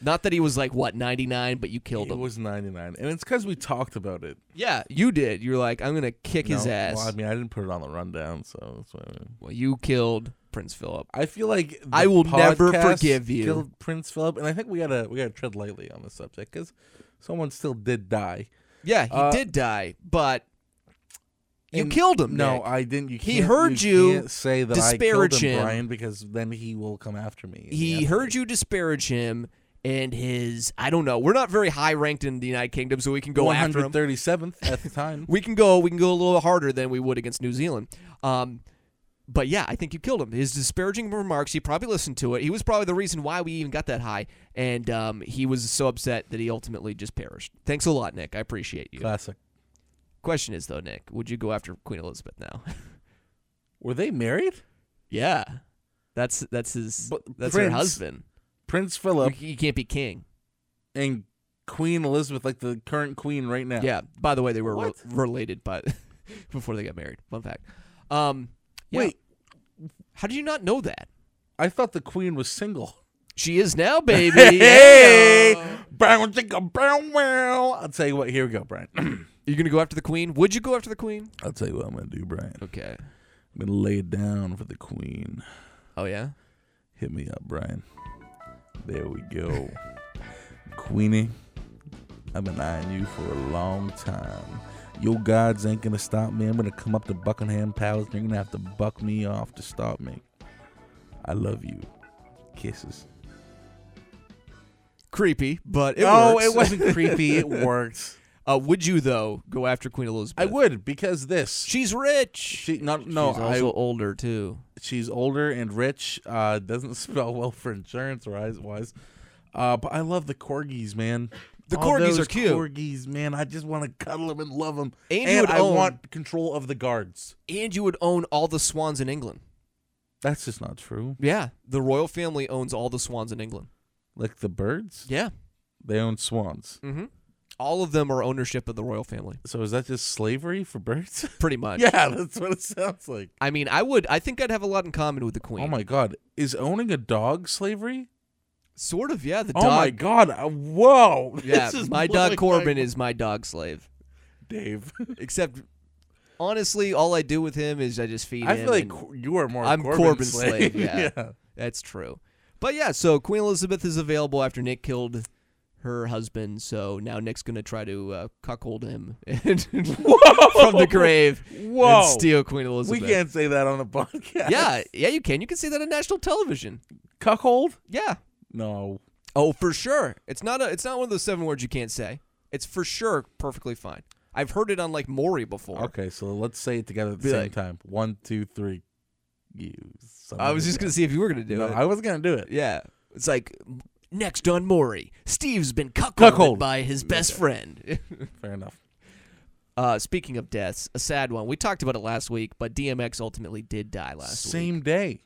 Not that he was like what 99, but you killed
it
him.
was 99, and it's because we talked about it.
Yeah, you did. You're like, I'm gonna kick his
No,
ass.
Well, I mean, I didn't put it on the rundown, so that's what I mean.
Well, you killed Prince Philip.
I feel like the
I will never
podcast
forgive you.
Killed Prince Philip, and I think we gotta we gotta tread lightly on the subject because someone still did die.
Yeah, he
Uh,
did die, but you
and-
killed him.
No,
Nick.
I didn't. You
He
can't-
heard
you.
you
can't say that I
disparage
killed him,
him.
Brian, because then he will come after me.
he heard you disparage him and his I don't know. We're not very high ranked in the United Kingdom, so we can go
One
after him.
hundred thirty seventh at the
<laughs>
time.
We can go we can go a little harder than we would against New Zealand. Um but yeah, I think you killed him. His disparaging remarks, he probably listened to it. He was probably the reason why we even got that high, and um, he was so upset that he ultimately just perished. Thanks a lot, Nick. I appreciate you.
Classic.
Question is though, Nick, would you go after Queen Elizabeth now?
Were they married?
yeah, that's that's his
But
that's her
Prince-
husband.
Prince Philip
You can't be king.
and Queen Elizabeth, like the current queen right now.
Yeah. By the way, they were re-
What?
related, but <laughs> before they got married. Fun fact. Um, yeah.
Wait,
how do you not know that?
I thought the queen was single.
She is now, <laughs> baby.
Hey,
Yeah.
brown chicka, brown well. I'll tell you what. Here we go, Brian. <clears throat>
You gonna go after the queen? Would you go after the queen?
I'll tell you what I'm gonna do, Brian.
Okay.
I'm gonna lay it down for the queen.
Oh yeah.
Hit me up, Brian. There we go. Queenie, I've been eyeing you for a long time. Your gods ain't gonna stop me. I'm gonna come up to Buckingham Palace. You're gonna have to buck me off to stop me. I love you. Kisses.
Creepy, but it
no,
works.
Oh, it wasn't creepy. It worked.
Uh, would you though go after Queen Elizabeth?
<laughs> I would because this.
She's rich.
She not no.
She's
I
also older too.
she's older and rich. Uh, doesn't <laughs> spell well for insurance wise. Wise, uh, but I love the corgis, man.
The
All
corgis are
those
cute.
Corgis, man. I just want to cuddle them and love them.
And
And,
you would
I
own-
want control of the guards.
And you would own all the swans in England.
That's just not true.
Yeah, the royal family owns all the swans in England.
Like the birds,
Yeah.
they own swans.
Mm-hmm. All of them are ownership of the royal family,
So is that just slavery
<laughs>
for birds? <laughs>
pretty much.
yeah, that's what it sounds like.
I mean, I would. I think I'd have a lot in common with the queen.
Oh my god, is owning a dog slavery?
Sort of, yeah. The
Oh my
dog.
god, uh, whoa! <laughs>
yeah,
This is
my dog
blowing
Corbin is my dog slave.
<laughs> Dave.
Except, honestly, all I do with him is I just feed
I
him.
feel like
and
Cor- you are more.
I'm
Corbin's
Corbin's slave. Yeah,
<laughs> yeah.
that's true. But yeah, so Queen Elizabeth is available after Nick killed her husband. So now Nick's gonna try to uh, cuckold him and <laughs> from the grave
Whoa.
and steal Queen
We
Elizabeth.
can't say that on the podcast.
Yeah, yeah, you can. You can see that on national television.
Cuckold?
Yeah.
No.
Oh, for sure. It's not a. It's not one of those seven words you can't say. It's for sure perfectly fine. I've heard it on like Maury before.
Okay, so let's say it together at the
Be
same
like-
time. One, two, three. You. son
I
of
was
a
just
bitch.
gonna see if you were gonna do
No,
it.
I was gonna do it.
yeah. It's like next on Maury, Steve's been cuckolded
Cuckold.
by his best friend. <laughs>
Fair enough.
uh, speaking of deaths, a sad one. We talked about it last week, but DMX ultimately did die last week.
same day.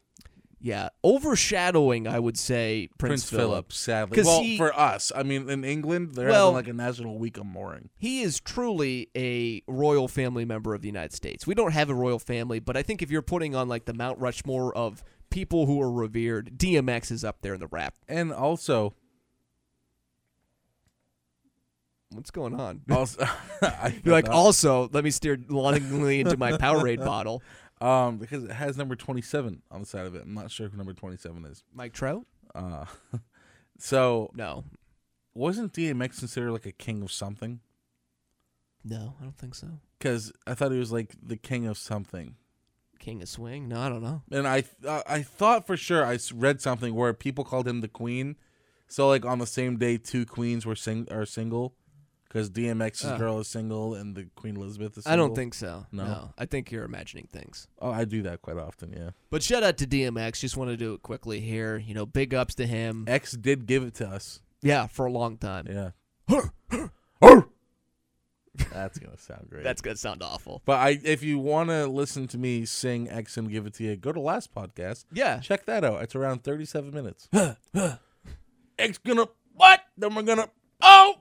Yeah, overshadowing, I would say, Prince, Philip.
sadly.
'Cause
Well,
he-
for us, I mean, in England, they're
Well-
having like a national week of mourning.
He is truly a royal family member of the United States. We don't have a royal family, but I think if you're putting on like the Mount Rushmore of people who are revered, DMX is up there in the rap. <laughs>
And also,
What's going on?
also <laughs> I
<laughs> You're like,
thought-
also, let me steer longingly into my Powerade bottle.
um, because it has number twenty-seven on the side of it. I'm not sure who number twenty-seven is.
<laughs> Mike Trout?
Uh, <laughs> so
No.
wasn't DMX considered like a king of something?
No, I don't think so.
Because I thought he was like the king of something,
King of Swing? No, I don't know.
and I I I thought for sure I s- read something where people called him the queen. So like on the same day, two queens were sing are single, because DMX's
Oh.
girl is single and the Queen Elizabeth is.
I
single.
don't think so.
No.
no. I think you're imagining things.
Oh, I do that quite often. Yeah,
But shout out to DMX. Just want to do it quickly here. You know, big ups to him.
X did give it to us.
Yeah, for a long time.
Yeah, that's gonna sound great.
<laughs> <laughs> That's going to sound awful.
but I if you want to listen to me sing X and give it to you, go to last podcast.
Yeah.
Check that out. It's around 37 <laughs> minutes. X gonna what? Then we're gonna oh.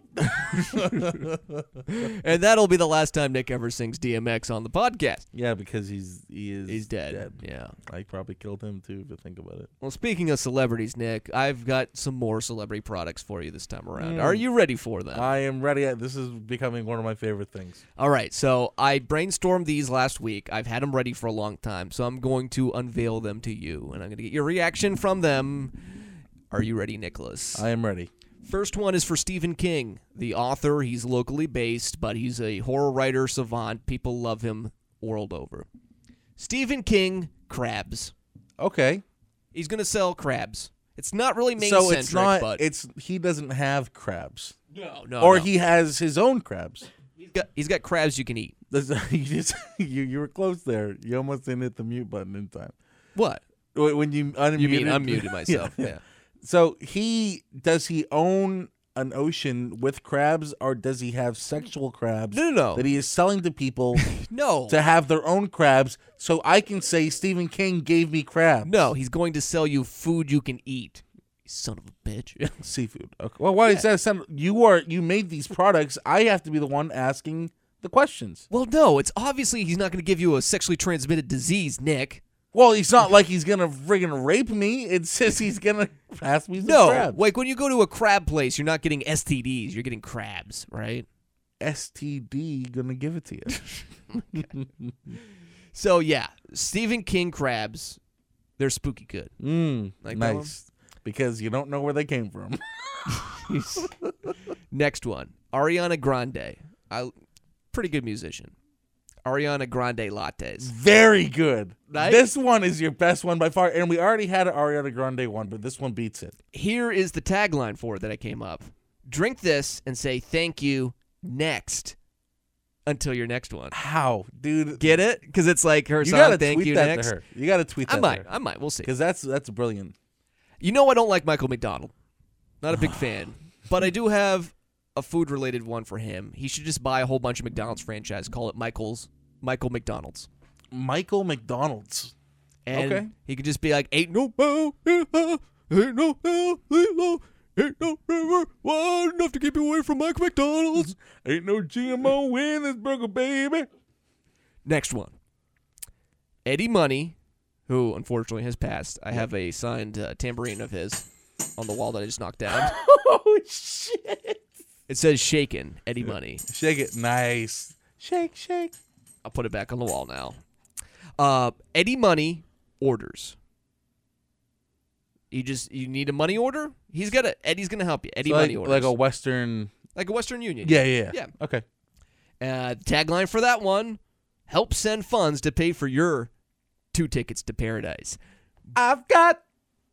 <laughs> And that'll be the last time Nick ever sings DMX on the podcast.
<laughs> yeah, because he's he is
He's dead. Yeah.
I probably killed him too if you think about it.
Well, speaking of celebrities, Nick, I've got some more celebrity products for you this time around. Are you ready for them?
I am ready. This is becoming one of my favorite things.
All right. So I brainstormed these last week. I've had them ready for a long time. So I'm going to unveil them to you, and I'm going to get your reaction from them. Are you ready, Nicholas?
I am ready.
First one is for Stephen King, the author. He's locally based, but he's a horror writer savant. People love him world over. Stephen King crabs.
Okay.
He's gonna sell crabs. It's not really main
so
centric,
it's not
but
it's he doesn't have crabs.
no, no.
or
no.
he has his own crabs. <laughs>
he's got he's got crabs you can eat.
That's- you, just, <laughs> you you were close there. You almost didn't hit the mute button in time.
What?
Wh- When you unmuted,
You mean
<laughs>
unmuted myself? yeah,
So he does he own an ocean with crabs, or does he have sexual crabs
No, no,
that
no.
he is selling
<laughs>
to people
No,
to have their own crabs? So I can say Stephen King gave me crabs.
no. He's going to sell you food you can eat. Son of a bitch. <laughs>
seafood. Okay. Well, why is that? Sound, you are you made these products. I have to be the one asking the questions.
well, no. It's obviously he's not going to give you a sexually transmitted disease, Nick.
Well, it's not like he's gonna friggin' rape me. It says he's gonna <laughs> pass me some
No,
crabs.
like when you go to a crab place, you're not getting STDs. You're getting crabs, right?
STD gonna give it to
<laughs>
you.
So yeah, Stephen King crabs. They're spooky good.
Mm,
Like that one?
nice, because you don't know where they came from. <laughs>
Next one, Ariana Grande. I pretty good musician. Ariana Grande lattes.
Very good.
Right?
This one is your best one by far, and we already had an Ariana Grande one, but this one beats it.
Here is the tagline for it that I came up. Drink this and say thank you next until your next one.
How, dude?
Get it? Because it's like her
you
song.
gotta
thank
tweet
you
that
next.
to her. You gotta tweet
I
that
might.
to her
I might. We'll see.
because that's that's brilliant.
You know I don't like Michael McDonald. Not a big fan. But I do have a food related one for him. He should just buy a whole bunch of McDonald's franchise, call it Michael's Michael McDonald's.
Michael McDonald's.
And
Okay.
he could just be like, Ain't no bow, ain't no hell, ain't no, ain't no river wide enough to keep you away from Mike McDonald's.
Ain't no GMO in this burger, baby.
Next one. Eddie Money, who unfortunately has passed. I have a signed uh, tambourine of his on the wall that I just knocked down.
<laughs> Oh shit!
It says Shaken, Eddie Money.
Shake it, nice. Shake, shake.
I'll put it back on the wall now. Uh, Eddie Money orders. You just you need a money order. He's got a Eddie's gonna help you. Eddie
So
Money
like,
orders
like a Western.
Like a Western Union.
Yeah, yeah,
Yeah.
Okay.
Uh, tagline for that one: Help send funds to pay for your two tickets to paradise.
I've got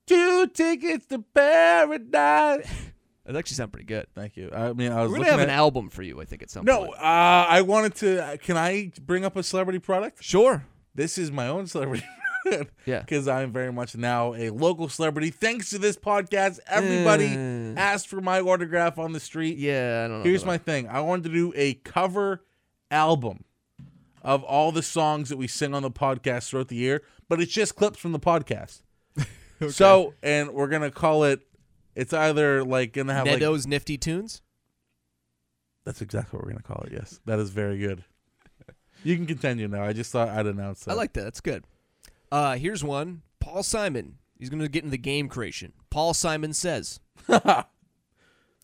two tickets to paradise.
That actually sound pretty good.
Thank you. I mean, I was
We're gonna
looking
have
at.
an album for you, I think, at some
no,
point.
uh, I wanted to. uh, Can I bring up a celebrity product?
Sure.
This is my own celebrity. <laughs>
Yeah.
Because I'm very much now a local celebrity. Thanks to this podcast, everybody
Mm.
asked for my autograph on the street.
Yeah, I don't know.
Here's
about
my thing. I wanted to do a cover album of all the songs that we sing on the podcast throughout the year, but it's just clips from
<laughs>
the podcast. So, and we're gonna call it. It's either like gonna
that.
have like.
Nedo's Nifty Tunes.
That's exactly what we're gonna call it. Yes, that is very good. You can continue now. I just thought I'd announce that.
I like that. That's good. Uh, here's one. Paul Simon. He's going to get into the game creation. Paul Simon says.
<laughs>
no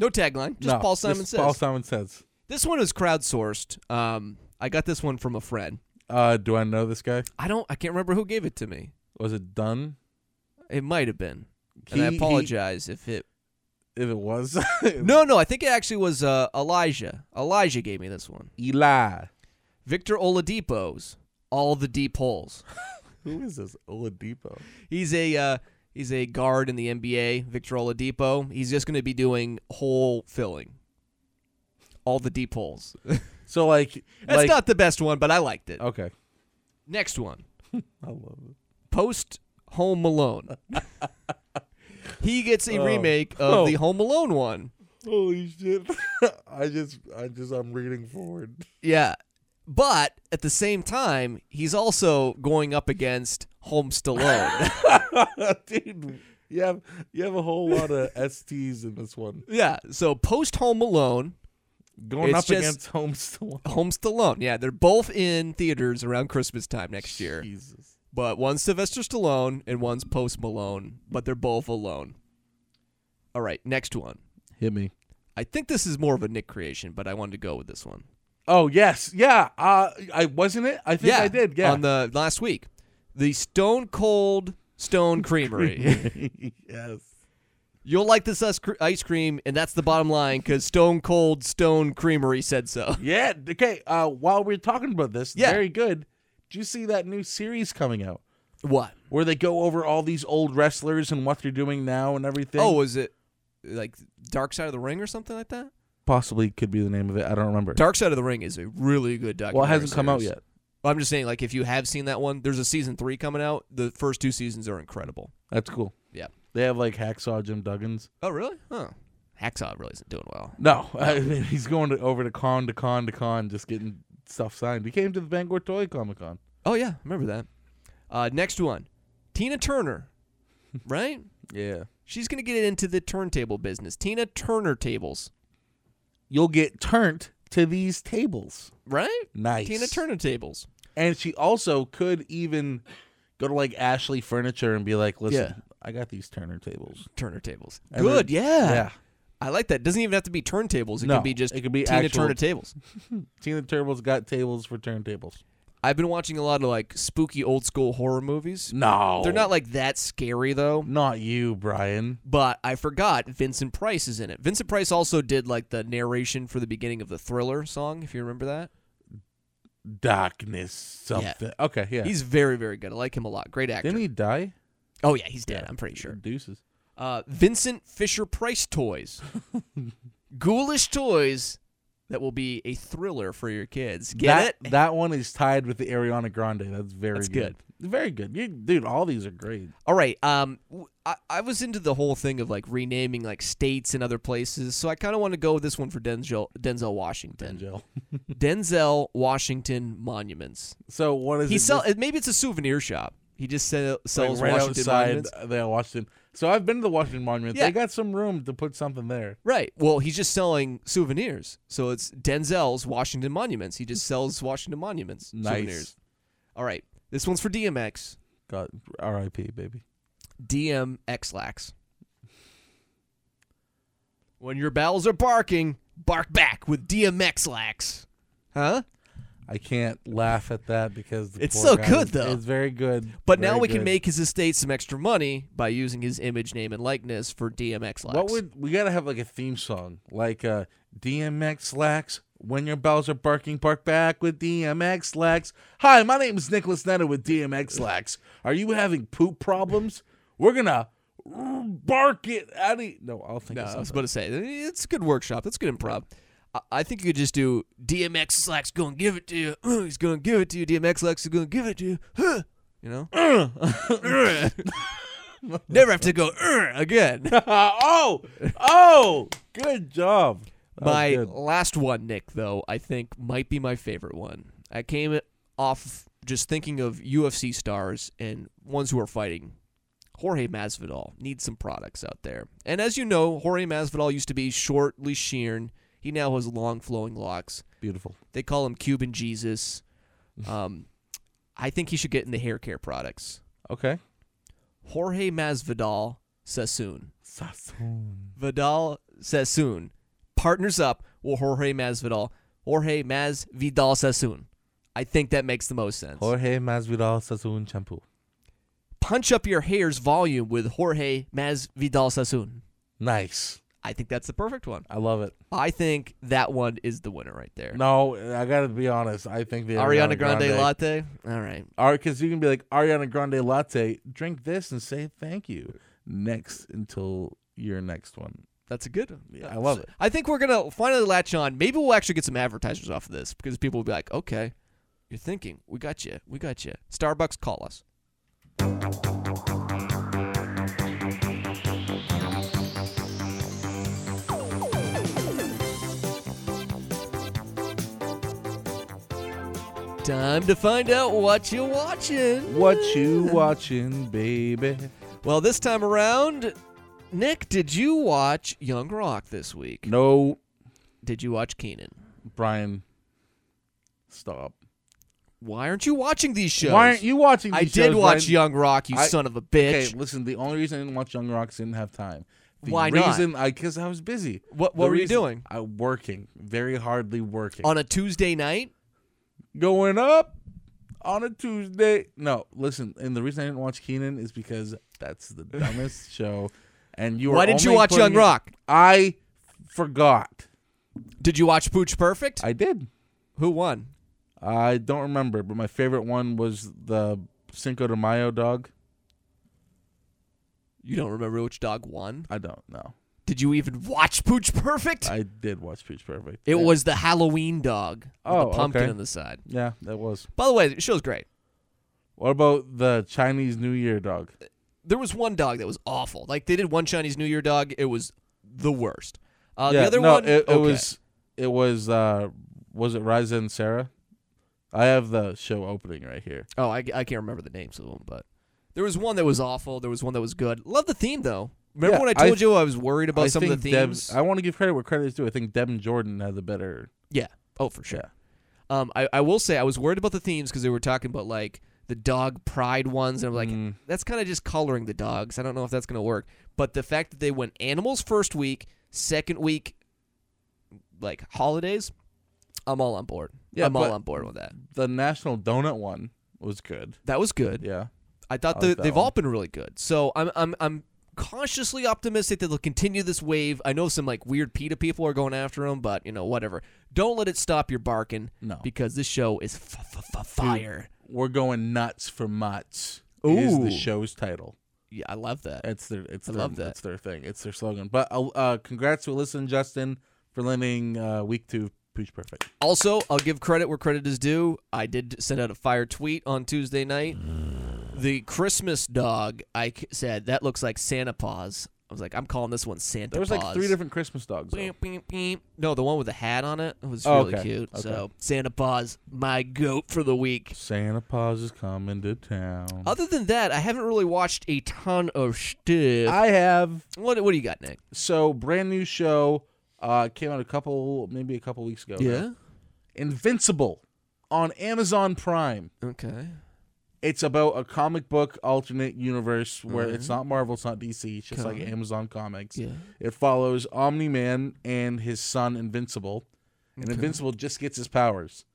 tagline. Just
No,
Paul Simon
just
says.
Paul Simon says.
this one is crowdsourced. Um, I got this one from a friend.
Uh, do I know this guy?
I don't. I can't remember who gave it to me.
Was it Dunn?
It might have been. And
He-
I
he-
apologize if it.
If it was, <laughs>
No, no. I think it actually was uh, Elijah. Elijah gave me this one.
Eli.
Victor Oladipo's all the deep holes.
Who is this Oladipo?
He's a uh, he's a guard in the NBA, Victor Oladipo. He's just going to be doing hole filling, all the deep holes. That's
So like, like
not the best one, but I liked it.
okay.
Next one,
I love it.
post Home
<laughs>
Alone. he gets a
Oh.
remake of
Oh.
the Home Alone one.
Holy shit! <laughs> I just, I just, I'm reading forward. <laughs>
Yeah, but at the same time, he's also going up against Home
<laughs>
Stallone.
Dude, you have you have a whole lot of STs in this one.
yeah, so post Home Alone,
Going
It's
up
just-
against <laughs> Homestone.
Home Stallone. Yeah, they're both in theaters around Christmas time next year.
Jesus.
But one's Sylvester Stallone and one's Post Malone, but they're both alone. All right, next one.
Hit me.
I think this is more of a Nick creation, but I wanted to go with this one.
Oh yes, yeah. Uh, I wasn't it. I think
yeah,
I did. Yeah.
On the last week,
<laughs>
the Stone Cold Stone Creamery.
<laughs> yes.
You'll like this us- cr- ice cream, and that's the bottom line because Stone Cold Stone Creamery said
<laughs>
so.
Yeah. Okay. Uh, while we're talking about this,
Yeah.
very good. Do you see that new series coming out
What?
where they go over all these old wrestlers and what they're doing now and everything?
Oh, was it like Dark Side of the Ring or something like that?
possibly could be the name of it. I don't remember.
Dark Side of the Ring is a really good documentary.
well, it hasn't come out
series.
yet.
Well, I'm just saying, like, if you have seen that one, there's a season three coming out. The first two seasons are incredible.
That's cool.
Yeah.
They have like hacksaw Jim Duggins.
Oh, really? Huh. Hacksaw really isn't doing well.
No, <laughs> I mean, he's going to, over to con to con to con, just getting stuff signed. He came to the Bangor Toy Comic Con.
Oh yeah, remember that. Uh, next one, Tina Turner, <laughs> right?
Yeah.
She's gonna get into the turntable business. Tina Turner tables,
You'll get turned to these tables.
right?
Nice.
Tina Turner tables.
And she also could even go to like Ashley Furniture and be like, listen, I got these Turner tables.
Turner tables.
And
Good,
they're-
yeah.
Yeah.
I like that. Doesn't even have to be turntables. It
No,
could be just
it could be
Tina
actual-
Turner tables.
Tina Turtle's got tables for turntables.
I've been watching a lot of like spooky old school horror movies.
No.
They're not like that scary though.
Not you, Brian.
But I forgot Vincent Price is in it. Vincent Price also did like the narration for the beginning of the Thriller song, if you remember that.
Darkness something. Okay, yeah.
He's very, very good. I like him a lot. Great actor.
Didn't he die?
Oh yeah, he's dead. I'm pretty sure.
Deuces.
Uh, Vincent Fisher Price
<laughs>
toys, ghoulish toys that will be a thriller for your kids. Get
that,
it?
That one is tied with the Ariana Grande. That's very
That's
good. Very good. You, dude, all these are great.
All right. Um, w- I, I was into the whole thing of like renaming like states and other places, so I kind of want to go with this one for Denzel Denzel Washington.
Angel. <laughs>
Denzel Washington monuments.
So what is
He
it?
sell
just,
maybe it's a souvenir shop. He just sell,
like,
sells
right
Washington
outside
monuments.
the Washington. So I've been to the Washington Monument.
Yeah.
They got some room to put something there.
Right. Well, he's just selling souvenirs. So it's Denzel's Washington Monuments. He just sells Washington Monuments
Nice.
souvenirs. All right. This one's for DMX.
God, R.I.P. Baby.
DMX lax. When your bells are barking, bark back with DMX lax. Huh?
I can't laugh at that because the
It's
poor
so
guy
good,
is-
though.
It's very good.
But now
very
we can
good.
make his estate some extra money by using his image, name, and likeness for DMX lax.
What would we gotta have like a theme song like uh, DMX Lax? When your bells are barking, bark back with DMX Lax. Hi, my name is Nicholas Netter with DMX Lax. Are you having poop problems? We're gonna bark it out of No, I'll think
No,
of
Uh, I was
something. <laughs>
about to say it's a good workshop. That's good improv. I- I think you could just do DMX Slack's gonna give it to you. <clears throat> Uh, he's gonna give it to you. DMX Slack's gonna give it to you. <clears throat> Huh. You know,
<clears throat>
Uh. never have to go uh, again. <laughs>
oh, oh, good job. That was
my
good.
last one, Nick, though I think might be my favorite one. I came off just thinking of UFC stars and ones who are fighting. Jorge Masvidal needs some products out there. And as you know, Jorge Masvidal used to be shortly sheen. He now has long flowing locks.
beautiful.
They call him Cuban
<laughs>
Jesus. Um, I think he should get in the hair care products.
Okay.
Jorge Masvidal Sassoon.
Sassoon.
Vidal Sassoon partners up with Jorge Masvidal. Jorge Masvidal Sassoon. I think that makes the most sense.
Jorge Masvidal Sassoon shampoo.
Punch up your hair's volume with Jorge Masvidal Sassoon.
Nice.
I think that's the perfect one.
I love it.
I think that one is the winner right there.
No, I gotta be honest. I think the
Ariana Grande, latte. All right.
because you can be like Ariana Grande latte, drink this and say thank you next until your next one.
That's a good one.
Yeah, I love it.
I think we're gonna finally latch on. Maybe we'll actually get some advertisers off of this because people will be like, "Okay, you're thinking. We got you. We got you." Starbucks, call us. Time to find out what you're watching.
What you watching, baby?
Well, this time around, Nick, did you watch Young Rock this week?
No,
Did you watch Keenan?
Brian, stop.
Why aren't you watching these shows?
Why aren't you watching? These
I did
shows,
watch
Brian?
Young Rock, you
I-
son of a
Okay,
bitch.
listen. The only reason I didn't watch Young Rocks didn't have time. The
Why not?
reason I because I was busy.
What-
The
what were you
reason-
doing?
I working very hardly working.
On a Tuesday night?
going up on
<laughs>
a Tuesday. No, listen, and the reason I didn't watch Keenan is because that's the dumbest show And you were
Why did you
only
watch
putting
Young
it-
Rock?
I forgot.
Did you watch Pooch Perfect?
I did.
Who won?
I don't remember, but my favorite one was the Cinco de Mayo dog.
You don't remember which dog won?
I don't know.
Did you even watch Pooch Perfect?
I did watch Peach Perfect.
it
Yeah.
was the Halloween dog with
Oh,
the pumpkin
okay.
on the side.
Yeah, that was.
By the way, the show's great.
What about the Chinese New Year dog?
There was one dog that was awful. Like they did one Chinese New Year dog, it was the worst. Uh,
yeah,
the other
no,
one,
It, it
okay.
was. It was. Uh, was it Riza and Sarah? I have the show opening right here.
Oh, I, I can't remember the names of them, but there was one that was awful. There was one that was good. Love the theme though. Remember
Yeah,
when I
I
told you I was worried about
I
some of the
think Deb-
themes?
I want to give credit where credit is due. I think Deb and Jordan had the better.
Yeah. Oh, for sure. Um, I, I will say I was worried about the themes because they were talking about like the dog pride ones, and I'm like,
Mm.
that's kind of just coloring the dogs. I don't know if that's gonna work. But the fact that they went animals first week, second week, like holidays, I'm all on board.
Yeah,
I'm all
but-
on board with that.
The National Donut one was good.
That was good.
Yeah.
I thought
I like
the,
that
they've
one.
all been really good. So I'm I'm I'm cautiously optimistic that they'll continue this wave. I know some like weird PETA people are going after them, but you know whatever. Don't let it stop your barking.
No.
because this show is f- f- f- fire.
We're going nuts for mutts. Is
Ooh.
the show's title.
Yeah, I love that.
It's their. It's
I
their,
love that.
It's their thing. It's their slogan. But uh, uh, congrats to Alyssa and Justin for lending uh, week two Pooch Perfect.
Also, I'll give credit where credit is due. I did send out a fire tweet on Tuesday night. The Christmas dog, I c- said that looks like Santa Paws. I was like, I'm calling this one Santa
There was
Paws.
like three different Christmas dogs. though.
Beep, beep, beep. No, the one with the hat on it was
Oh,
really
okay.
cute. So
Okay.
Santa Paws, my goat for the week.
Santa Paws is coming to town.
Other than that, I haven't really watched a ton of stuff.
I have
what What do you got, Nick?
so brand new show uh came out a couple maybe a couple weeks ago. now. Invincible on Amazon Prime.
Okay.
It's about a comic book alternate universe where it's not Marvel, it's not DC, it's just like
Okay.
Amazon Comics.
Mm-hmm. Yeah.
It follows Omni Man and his son Invincible. And Invincible just gets his powers. And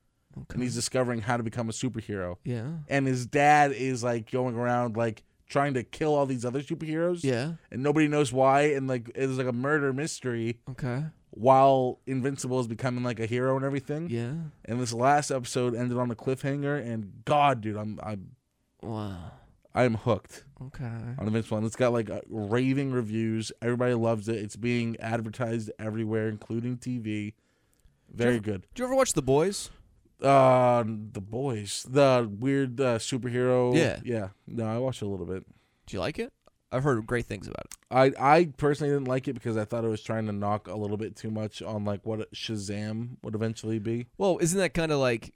Okay.
he's discovering how to become a superhero.
Yeah.
And his dad is like going around like trying to kill all these other superheroes.
Yeah.
and nobody knows why and like it was like a murder mystery
Okay.
while invincible is becoming like a hero and everything
Yeah.
and this last episode ended on a cliffhanger and god dude i'm i'm
Wow.
i'm hooked
Okay.
on invincible and it's got like uh, raving reviews everybody loves it it's being advertised everywhere including tv very good
Did you ever watch The Boys?
uh the boys the weird uh, superhero
Yeah.
yeah no i watched a little bit
Do you like it? I've heard great things about it.
I I personally didn't like it because I thought it was trying to knock a little bit too much on like what Shazam would eventually be.
Well, isn't that kind of like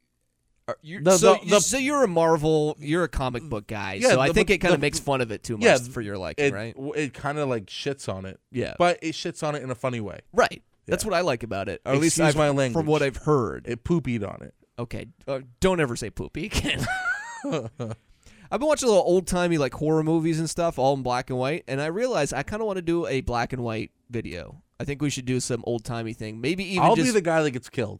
are you,
The-
so,
the-
you-
the-
so you're a Marvel, you're a comic book guy,
Yeah,
so I
the-
think
but
it kind of
the-
makes fun of it too much
yeah,
for your liking,
It
right?
w- it kind of like shits on it,
Yeah,
but it shits on it in a funny way.
right. That's what I like about it, or at least
Excuse
I've-
my
from
language.
what I've heard.
It poopied on it.
okay, uh, don't ever say poopy again. <laughs>
<laughs>
I've been watching a little old timey like horror movies and stuff, all in black and white, and I realized I kind of want to do a black and white video. I think we should do some old timey thing. Maybe even
I'll
just
be the guy that gets killed.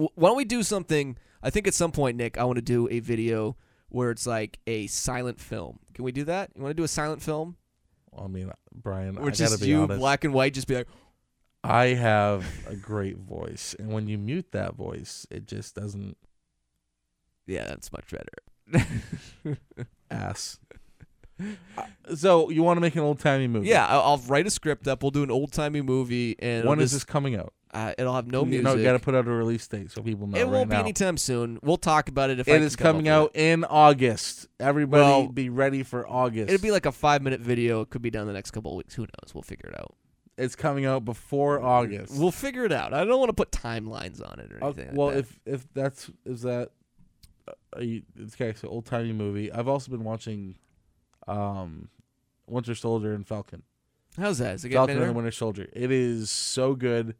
Wh- why don't we do something? I think at some point, Nick, I want to do a video where it's like a silent film. Can we do that? You want to do a silent film,
I mean, Brian,
where it's
I gotta
just
be
you,
honest.
black and white, just be like,
I have a great voice, and when you mute that voice, it just doesn't
"Yeah, that's much better." <laughs>
<laughs> ass. Uh, So you want to make an old timey movie?
yeah, I- I'll write a script up. We'll do an old timey movie, and
When
I'll
is
just-
this coming out?
Uh, it'll have no
you
music.
know, got to put out a release date so people know.
it
right
won't be
now.
anytime soon. We'll talk about it if I
It
can
is
come up
coming
with
out in August. Everybody
Well,
be ready for August.
It. will be like a five minute video. It could be done the next couple of weeks. Who knows? We'll figure it out.
it's coming out before August.
We'll figure it out. I don't want to put timelines on it or
Uh,
anything. like
well,
that.
if if that's is that uh, are you, okay, so old timey movie. I've also been watching um Winter Soldier and Falcon.
how's that? Is it getting
Falcon
better?
and the Winter Soldier. It is so good.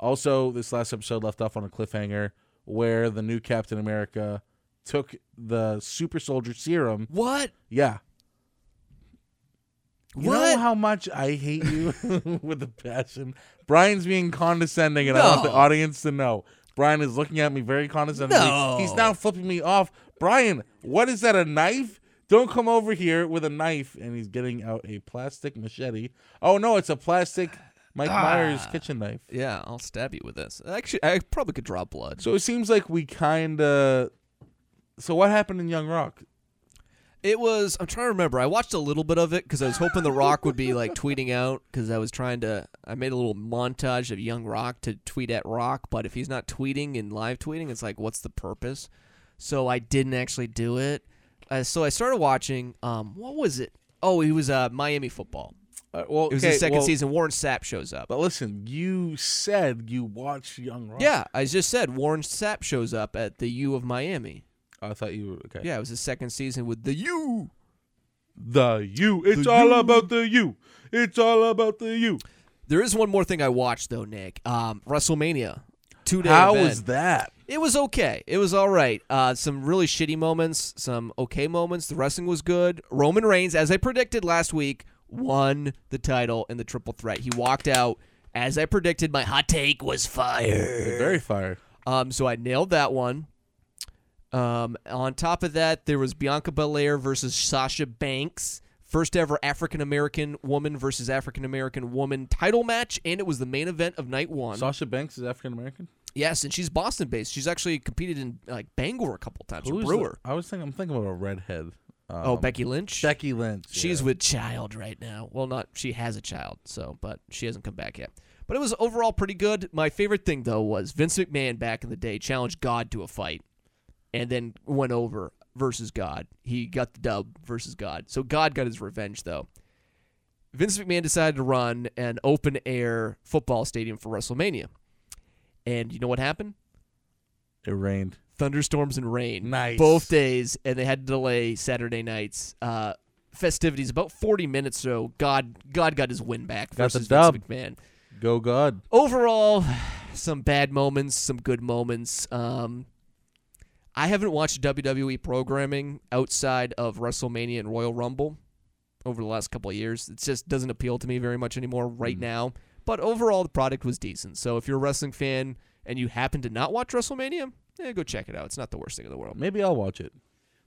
Also, this last episode left off on a cliffhanger where the new Captain America took the super soldier serum.
What?
Yeah. You
What?
know how much I hate you <laughs> with a passion. Brian's being condescending, and I want the
No.
audience to know. Brian is looking at me very condescendingly.
No.
He's now flipping me off. Brian, what is that? A knife? Don't come over here with a knife. And he's getting out a plastic machete. Oh no, it's a plastic Mike
Ah.
Myers kitchen knife.
Yeah, I'll stab you with this. Actually, I probably could draw blood.
So it seems like we kind of. So what happened in Young Rock?
It was. I'm trying to remember. I watched a little bit of it because I was hoping The Rock would be like tweeting out because I was trying to. I made a little montage of Young Rock to tweet at Rock, but if he's not tweeting and live tweeting, it's like, what's the purpose? So I didn't actually do it. Uh, so I started watching. Um, what was it? Oh, he was uh, Miami football.
Uh, well,
It was
okay,
his second
well,
season. Warren Sapp shows up.
But listen, you said you watched Young Rock.
Yeah, I just said Warren Sapp shows up at the U of Miami.
Oh, I thought you were okay.
Yeah, it was his second season with the U.
The you. It's all about the you. It's all about the you.
There is one more thing I watched though, Nick. Um, WrestleMania, two day
How
event.
was that?
It was okay. It was all right. Uh, some really shitty moments, some okay moments. The wrestling was good. Roman Reigns, as I predicted last week, won the title in the triple threat. He walked out. As I predicted, my hot take was fire.
Very fire.
Um, so I nailed that one. Um, on top of that, there was Bianca Belair versus Sasha Banks, first ever African American woman versus African American woman title match, and it was the main event of night one.
Sasha Banks is African American.
yes, and she's Boston based. She's actually competed in like Bangor a couple times. or
Who's
Brewer.
the- I was thinking. I'm thinking about a redhead. Um,
oh, Becky Lynch.
Becky Lynch.
She's
yeah.
with child right now. Well, not she has a child, so but she hasn't come back yet. But it was overall pretty good. My favorite thing though was Vince McMahon back in the day challenged God to a fight, and then went over versus God. He got the dub versus God. So God got his revenge though. Vince McMahon decided to run an open air football stadium for WrestleMania, and you know what happened?
It rained.
thunderstorms and rain.
Nice.
Both days, and they had to delay Saturday night's uh, festivities about 40 minutes. So God, God got his win back
Got the
versus
dub.
Vince McMahon.
Go God.
Overall, some bad moments, some good moments. Um, I haven't watched WWE programming outside of WrestleMania and Royal Rumble over the last couple of years. It just doesn't appeal to me very much anymore right now. But overall, the product was decent. So if you're a wrestling fan and you happen to not watch WrestleMania, eh, go check it out. It's not the worst thing in the world.
Maybe I'll watch it.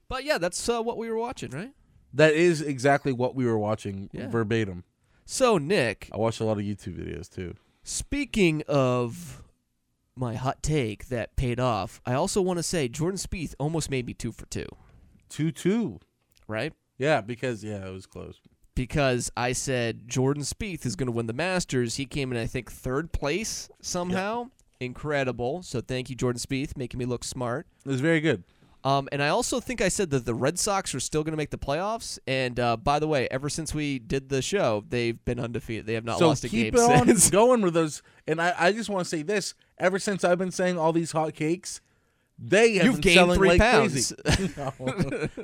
But yeah, that's uh, what we were watching, right?
That is exactly what we were watching
Yeah.
verbatim.
So Nick,
I watched a lot of YouTube videos too.
speaking of my hot take that paid off, I also want to say Jordan Spieth almost made me two for two,
Two two.
right?
Yeah, because yeah, it was close.
Because I said Jordan Spieth is going to win the Masters. He came in, I think, third place somehow. Incredible. So thank you, Jordan Spieth, making me look smart.
It was very good.
Um, and I also think I said that the Red Sox were still going to make the playoffs. And uh, by the way, ever since we did the show, they've been undefeated. They have not
so
lost a
keep
game
it on
since.
going with those. And I, I just want to say this: ever since I've been saying all these hot cakes, they have
You've
been
gained
selling
three
like
pounds.
crazy. <laughs> No.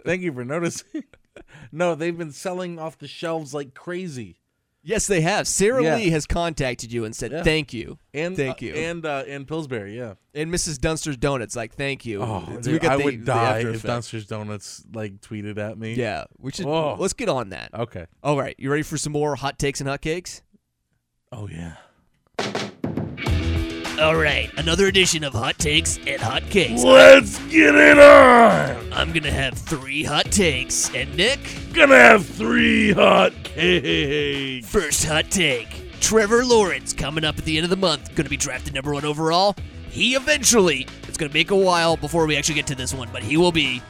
Thank you for noticing. <laughs> no, they've been selling off the shelves like crazy.
<laughs> Yes, they have. Sarah
Yeah.
Lee has contacted you and said
Yeah.
thank you,
And
thank
uh,
you, and,
and uh, and Pillsbury, yeah.
Mrs. Dunster's Donuts like thank you.
Oh,
It's-
dude, I
the-
would
the
die
after
if
effect.
Dunster's Donuts like tweeted at me.
Yeah, we should.
Oh.
Let's get on that.
Okay.
All right, you ready for some more hot takes and hot cakes?
Oh yeah.
All right, another edition of hot takes and hot cakes.
Let's get it on.
I'm gonna have three hot takes, and Nick,
Gonna have three hot cakes.
first hot take. Trevor Lawrence coming up at the end of the month, gonna be drafted number one overall. He eventually, it's gonna make a while before we actually get to this one, but he will be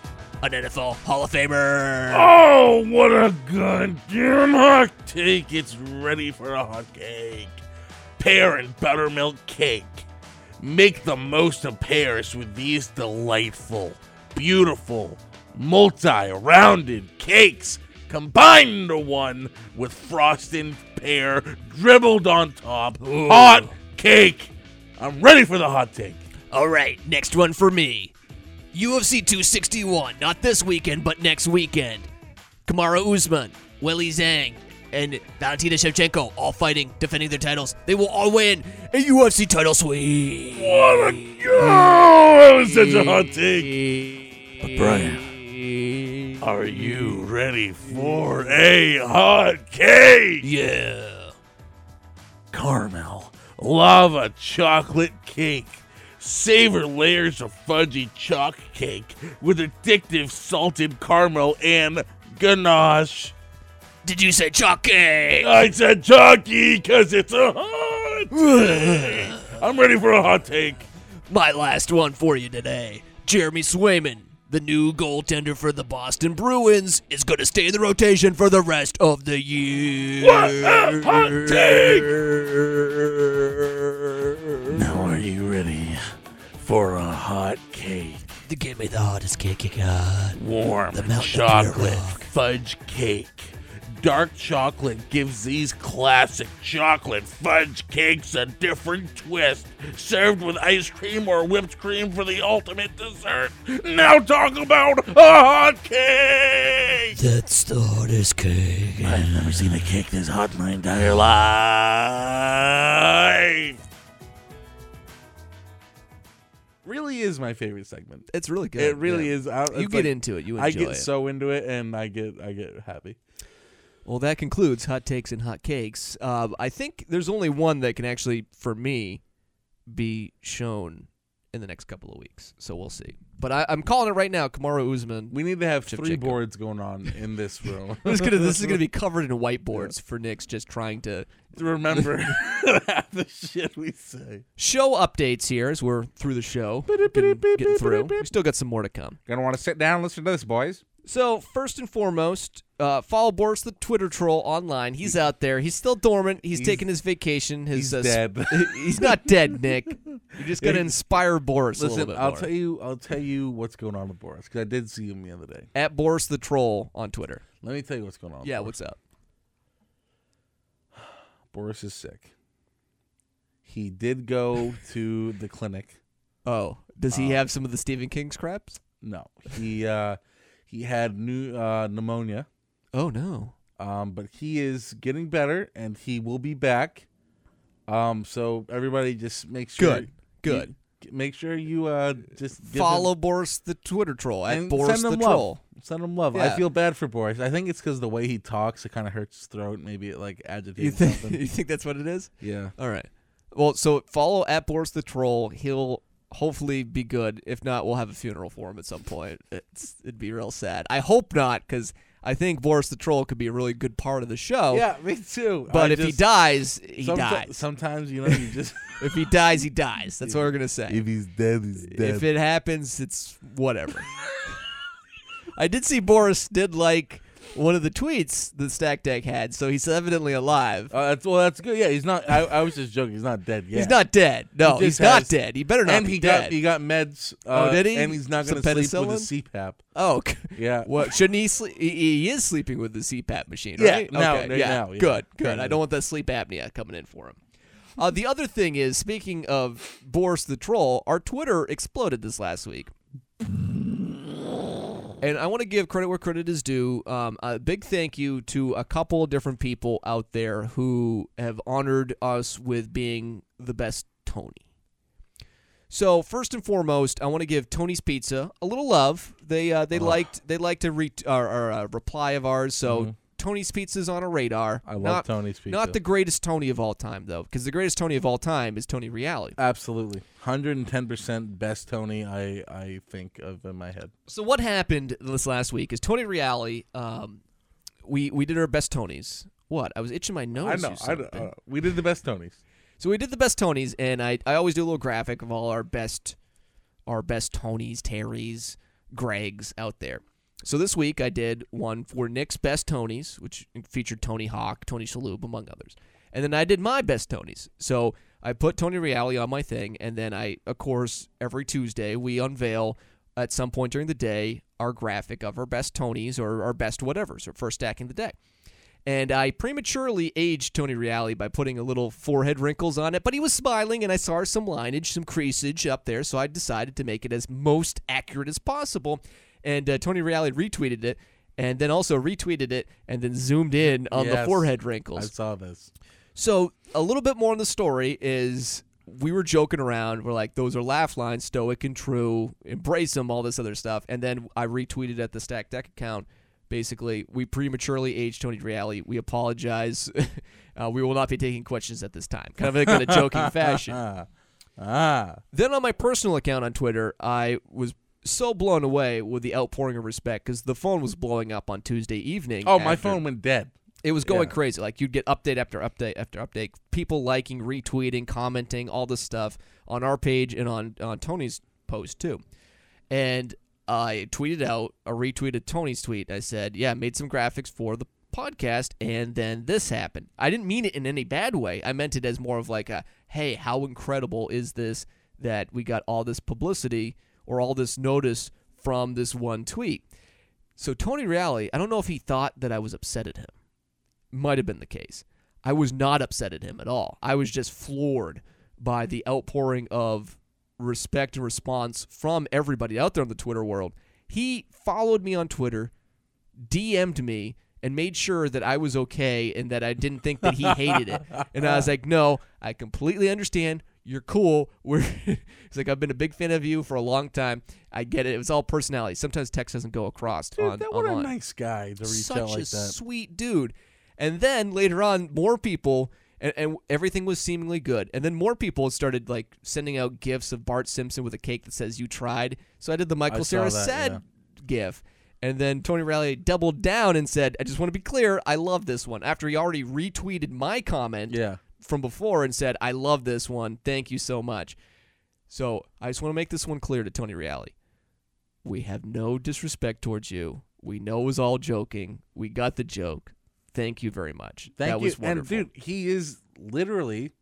an NFL Hall of Famer.
Oh, what a goddamn hot take! It's ready for a hot cake. Pear and buttermilk cake. Make the most of pears with these delightful, beautiful, multi rounded cakes combined into one with frosted pear dribbled on top. Hot cake! I'm ready for the hot take.
All right, next one for me. UFC 261, not this weekend, but next weekend. Kamara Usman, Willie Zhang, and Valentina Shevchenko all fighting, defending their titles. They will all win a UFC title sweep.
What a. Oh, that was such a hot take. But Brian. Are you ready for a hot cake?
Yeah.
Caramel, lava chocolate cake. Savor layers of fudgy chalk cake with addictive salted caramel and ganache.
Did you say chalky?
I said jockey because it's a hot take. I'm ready for a hot take.
<laughs> My last one for you today. Jeremy Swayman, the new goaltender for the Boston Bruins, is going to stay in the rotation for the rest of the year.
What a hot take! Now are you ready for a hot cake?
The- Give me the hottest cake you got.
Warm
melted
chocolate
rock.
fudge cake. Dark chocolate gives these classic chocolate fudge cakes a different twist. Served with ice cream or whipped cream for the ultimate dessert. Now talk about a hot cake!
That's the hottest cake.
I've never seen a cake this hot in my entire life. Really is my favorite segment.
It's really good.
it really
yeah.
is. I,
You
it's
get
like-
into it. You enjoy
I get
it.
so into it, and I get I get happy.
Well, that concludes hot takes and hot cakes. Uh, I think there's only one that can actually, for me, be shown in the next couple of weeks. So we'll see. But I, I'm calling it right now, Kamara Usman.
We need to have
Chip
three
Jacob.
boards
<laughs>
going on in this room. <laughs>
This is gonna this is gonna be covered in whiteboards for Nick's just trying to
remember <laughs> half the shit we say.
show updates here as we're through the show, getting, getting through. We still got some more to come.
Gonna want to sit down and listen to this, boys.
So first and foremost, uh, follow Boris the Twitter troll online. He's out there. He's still dormant. He's,
He's-
taking his vacation. His
he's
uh, s-
dead.
<laughs>
<laughs>
he's not dead, Nick. You're just gonna
Yeah, he-
inspire Boris a
Listen,
little bit
I'll
more.
tell you, I'll tell you what's going on with Boris because I did see him the other day.
At Boris the troll on Twitter.
Let me tell you what's going on. with
Yeah,
Boris.
what's up?
Boris is sick. He
<laughs>
did go to the clinic.
Oh, does
Uh,
he have some of the Stephen King's craps?
No, he uh, he had new uh, pneumonia,
Oh no.
um, but he is getting better and he will be back. Um, so everybody just make sure
Good. Good.
you- make sure you uh just give him-
Follow Boris the Twitter troll at
and
Boris
send
the
him love.
troll.
Send him love.
Yeah.
I feel bad for Boris. I think it's because the way he talks, it kind of hurts his throat. Maybe it like agitates
You think
<laughs> something.
you think that's what it is?
yeah.
All right. Well, so follow at Boris the troll. He'll hopefully be good. If not, we'll have a funeral for him at some point. It's, it'd be real sad. I hope not, because I think Boris the troll could be a really good part of the show.
<laughs> Yeah, me too.
But
I
if he
just-
dies, he
someti-
dies.
Sometimes you know you <laughs> just.
If he dies, he dies. That's what we're gonna say.
If he's dead, he's dead.
If it happens, it's whatever. <laughs> I did see Boris did like one of the tweets that Stack Deck had, so he's evidently alive.
uh, that's, well, that's good. Yeah, he's not. I, I was just joking. He's not dead yet.
He's not dead. No,
He
he's
just
not
has-
dead. He better not
And
be
he
dead.
got he got meds.
Oh,
uh,
did he?
And he's not
Some
going to sleep with a CPAP.
Oh, <laughs> okay.
Yeah.
What shouldn't he sleep? He, he is sleeping with the CPAP machine,
Yeah,
right?
now-
okay,
right
yeah.
now, yeah.
Good, good. I
Currently.
don't want that sleep apnea coming in for him. Uh, the other thing is, speaking of Boris the troll, our Twitter exploded this last week. And I want to give credit where credit is due. Um, a big thank you to a couple of different people out there who have honored us with being the best Tony. So first and foremost, I want to give Tony's Pizza a little love. They uh, they liked they liked a re- or, or a reply of ours. So Tony's Pizza's on a radar.
Mm-hmm. I love
Not-
Tony's Pizza.
Not the greatest Tony of all time though, because the greatest Tony of all time is Tony Reale.
Absolutely, hundred and ten percent best Tony I I think of in my head.
So what happened this last week is Tony Reale. Um, we we did our best Tonys. What I was itching my nose.
I
you
know. I
son
know.
of a bitch.
uh, we did the best Tonys.
So we did the best Tonys, and I, I always do a little graphic of all our best our best Tonys, Terrys, Gregs out there. So this week I did one for Nick's best Tonys, which featured Tony Hawk, Tony Shalhoub, among others. And then I did my best Tonys. So I put Tony Reale on my thing, and then I, of course, every Tuesday we unveil at some point during the day our graphic of our best Tonys or our best whatevers or first stacking the deck and I prematurely aged Tony Reale by putting a little forehead wrinkles on it, but he was smiling, and I saw some lineage, some creasage up there, so I decided to make it as most accurate as possible. And uh, Tony Reale retweeted it, and then also retweeted it, and then zoomed in on the
Yes.
forehead
I
wrinkles.
saw this.
So a little bit more on the story is we were joking around. We're like, those are laugh lines, stoic and true, embrace them, all this other stuff. And then I retweeted at the Stack Deck account. Basically, we prematurely aged Tony Reale. We apologize. <laughs> uh, we will not be taking questions at this time. Kind of like in a joking fashion.
Ah, ah.
Then on my personal account on Twitter, I was so blown away with the outpouring of respect because the phone was blowing up on Tuesday evening.
Oh, my
after-
phone went dead.
It was going
Yeah.
crazy. Like you'd get update after update after update. People liking, retweeting, commenting, all this stuff on our page and on on Tony's post too. And I tweeted out, I retweeted Tony's tweet. I said, "Yeah, made some graphics for the podcast, and then this happened." I didn't mean it in any bad way. I meant it as more of like a, "Hey, how incredible is this that we got all this publicity or all this notice from this one tweet?" So Tony Reale, I don't know if he thought that I was upset at him might have been the case. I was not upset at him at all. I was just floored by the outpouring of respect and response from everybody out there in the Twitter world. He followed me on Twitter, DM'd me, and made sure that I was okay and that I didn't think that he hated
<laughs>
it. And I was like, no, I completely understand. You're cool. <laughs> We're he's like, I've been a big fan of you for a long time. I get it. It was all personality. Sometimes text doesn't go across
Dude,
on
that what
online
a nice guy to reach
such
out
a
like that.
sweet dude. And then later on, more people and, and everything was seemingly good. And then more people started like sending out gifts of Bart Simpson with a cake that says "You tried." So I did the Michael
saw
Sarah
that,
said
yeah.
gif, and then Tony Raleigh doubled down and said, "I just want to be clear, I love this one." After he already retweeted my comment
Yeah.
from before and said, "I love this one, thank you so much." So I just want to make this one clear to Tony Reale. We have no disrespect towards you. We know it was all joking. We got the joke. Thank you very much.
Thank
that
you.
was wonderful.
And dude, he is literally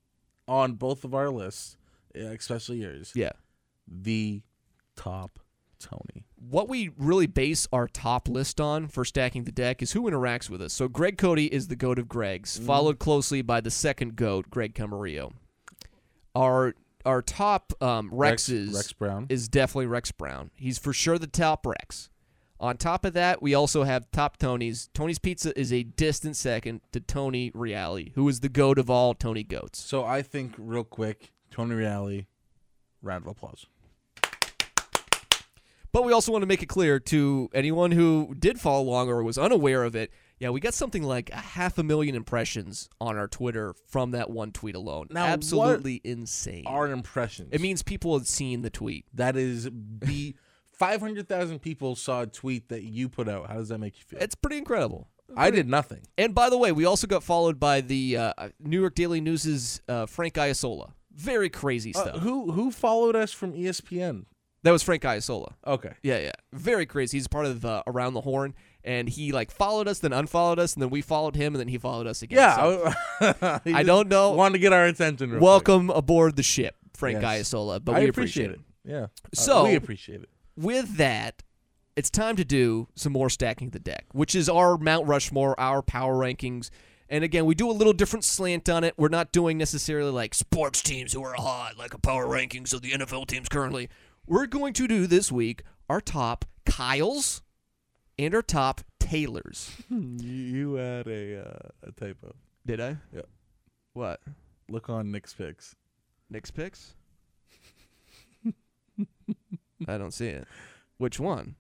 on both of our lists, yeah, especially yours.
yeah.
The top Tony.
What we really base our top list on for stacking the deck is who interacts with us. So Greg Cody is the goat of Greg's,
Mm.
followed closely by the second goat, Greg Camarillo. Our our top um, Rexes
Rex, Rex Brown.
is definitely Rex Brown. He's for sure the top Rex. On top of that, we also have top Tony's. Tony's Pizza is a distant second to Tony Reale, who is the goat of all Tony goats.
so I think real quick, Tony Reale, round of applause.
But we also want to make it clear to anyone who did follow along or was unaware of it. Yeah, we got something like a half a million impressions on our Twitter from that one tweet alone.
Now, what
Absolutely insane.
Our impressions.
it means people had seen the tweet.
that is the <laughs> five hundred thousand people saw a tweet that you put out. How does that make you feel?
It's pretty incredible.
I did nothing.
And by the way, we also got followed by the uh, New York Daily News's uh, Frank Iasola. Very crazy
Uh,
stuff.
who who followed us from ESPN?
that was Frank Iasola.
Okay.
Yeah, yeah. Very crazy. He's part of uh, Around the Horn, and he like followed us, then unfollowed us, and then we followed him, and then he followed us again.
Yeah,
So,
I, he
I
just
don't know.
Wanted to get our attention. Real quick.
welcome aboard the ship, Frank
Yes.
Iasola. But
I
we
appreciate it. Yeah. Uh,
So-
we appreciate it.
with that, it's time to do some more stacking the deck, which is our Mount Rushmore, our power rankings. And again, we do a little different slant on it. We're not doing necessarily like sports teams who are hot, like a power rankings of the NFL teams currently. We're going to do this week our top Kyles and our top Taylors.
You, you had a, uh, a typo.
Did I?
Yep.
What?
Look on Nick's picks.
Nick's picks? I don't see it. Which one?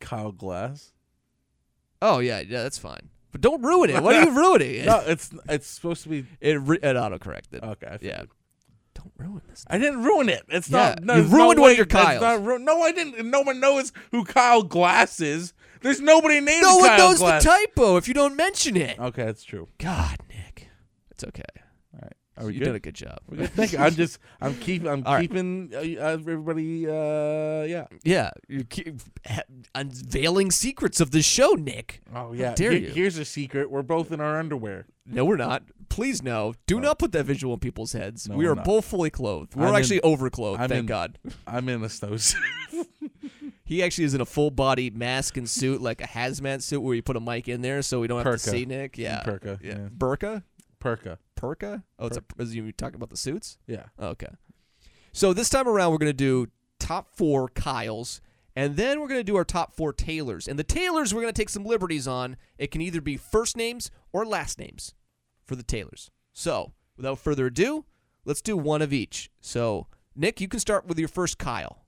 Kyle Glass.
Oh yeah, yeah, that's fine. But don't ruin it. What are you ruining? It?
<laughs> No, it's it's supposed to be
It re- it autocorrected.
okay. Oh, I
yeah.
figured.
Don't ruin this.
I didn't ruin it. It's
Yeah,
not. No,
you
there's no
ruined one
way-
of your
that's
Kyles.
not ru- no, I didn't. No one knows who Kyle Glass is. There's nobody named
No one
Kyle
knows
Glass.
the typo if you don't mention it.
okay, that's true.
God, Nick, it's okay.
All right. Are we
you
good?
did a good job.
<laughs> We're good. Thank you. I'm just. I'm keep. I'm
All right.
keeping uh, everybody. Uh, yeah.
<laughs> yeah, you keep <laughs> ha- unveiling secrets of the show, Nick.
Oh yeah.
dare
Here-
you.
Here's a secret. We're both in our underwear.
No, we're not. Please, no. Do not put that visual in people's heads.
No,
we
we're
are
not.
both fully clothed. We're
I'm in-
actually overclothed.
I'm
thank
in-
God.
I'm in a <laughs> stoves.
He actually is in a full body mask and suit, like a hazmat suit, where you put a mic in there so we don't have
Parka.
to see Nick. Yeah,
Parka,
Yeah,
yeah.
burka,
Perka.
perka. Oh, it's a. Is you talking about the suits?
Yeah.
Okay. So this time around, we're going to do top four Kyles, and then we're going to do our top four Taylors. And the Taylors, we're going to take some liberties on. It can either be first names or last names for the Taylors. So without further ado, let's do one of each. So, Nick, you can start with your first Kyle.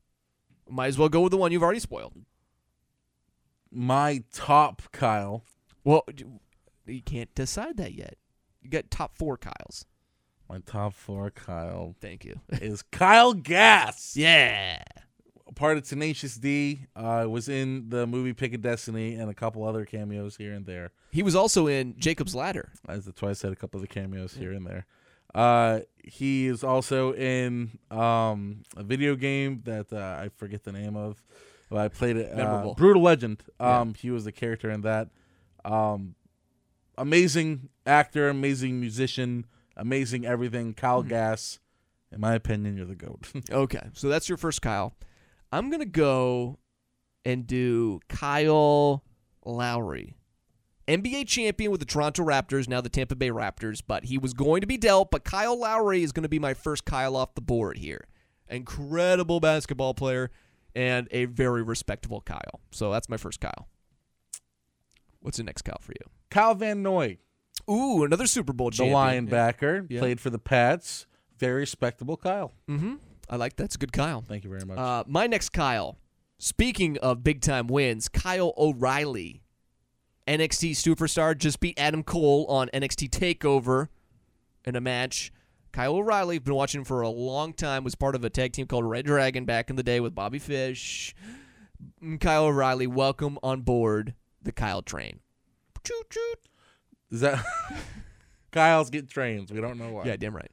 Might as well go with the one you've already spoiled.
My top Kyle.
Well, you can't decide that yet. You got top four Kyles.
My top four Kyle
Thank you.
is Kyle
<laughs>
Gas.
Yeah.
part of Tenacious D. Uh, was in the movie Pick of Destiny and a couple other cameos here and there.
He was also in Jacob's Ladder.
As that's why I said a couple of the cameos here and there. Uh, he is also in um, a video game that uh, I forget the name of. But I played it. Uh,
Memorable.
Brutal Legend. Um, He was the character in that. Um, amazing actor, amazing musician, amazing everything. Kyle Gass. In my opinion, you're the goat. <laughs>
Okay, so that's your first Kyle. I'm gonna go and do Kyle Lowry, NBA champion with the Toronto Raptors, now the Tampa Bay Raptors, but he was going to be dealt. But Kyle Lowry is gonna be my first Kyle off the board here. Incredible basketball player and a very respectable Kyle. So that's my first Kyle. What's the next Kyle for you?
Kyle Van Noy.
Ooh, another Super Bowl
the
champion.
linebacker,
Yeah.
played for the Pats. Very respectable, Kyle.
Mm-hmm. I like that's a good Kyle.
Thank you very much.
Uh, my next Kyle. Speaking of big time wins, Kyle O'Reilly, NXT superstar, just beat Adam Cole on NXT Takeover in a match. Kyle O'Reilly, been watching him for a long time, was part of a tag team called Red Dragon back in the day with Bobby Fish. Mm, Kyle O'Reilly, welcome on board the Kyle train. Choo choo.
Is that <laughs> Kyle's get trains? We don't know why.
Yeah, damn right.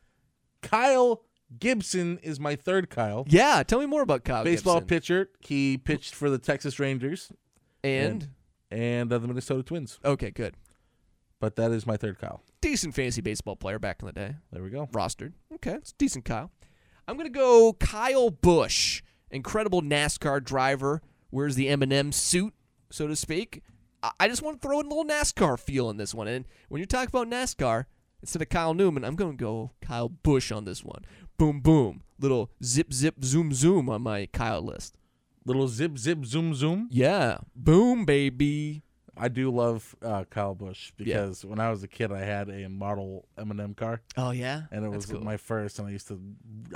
Kyle Gibson is my third Kyle.
Yeah, tell me more about Kyle.
Baseball
Gibson.
pitcher. He pitched for the Texas Rangers
and
and uh, the Minnesota Twins.
okay, good.
But that is my third Kyle.
Decent fantasy baseball player back in the day.
There we go.
rostered. Okay, it's decent, Kyle. I'm gonna go Kyle Bush, incredible NASCAR driver. Wears the M&M suit, so to speak. I- I just want to throw in a little NASCAR feel in this one. And when you talk about NASCAR, instead of Kyle Newman, I'm gonna go Kyle Bush on this one. Boom, boom, little zip, zip, zoom, zoom on my Kyle list.
Little zip, zip, zoom, zoom.
Yeah, boom, baby.
I do love uh, Kyle Bush because when I was a kid, I had a model M&M car.
Oh yeah,
And it was
That's cool.
my first, and I used to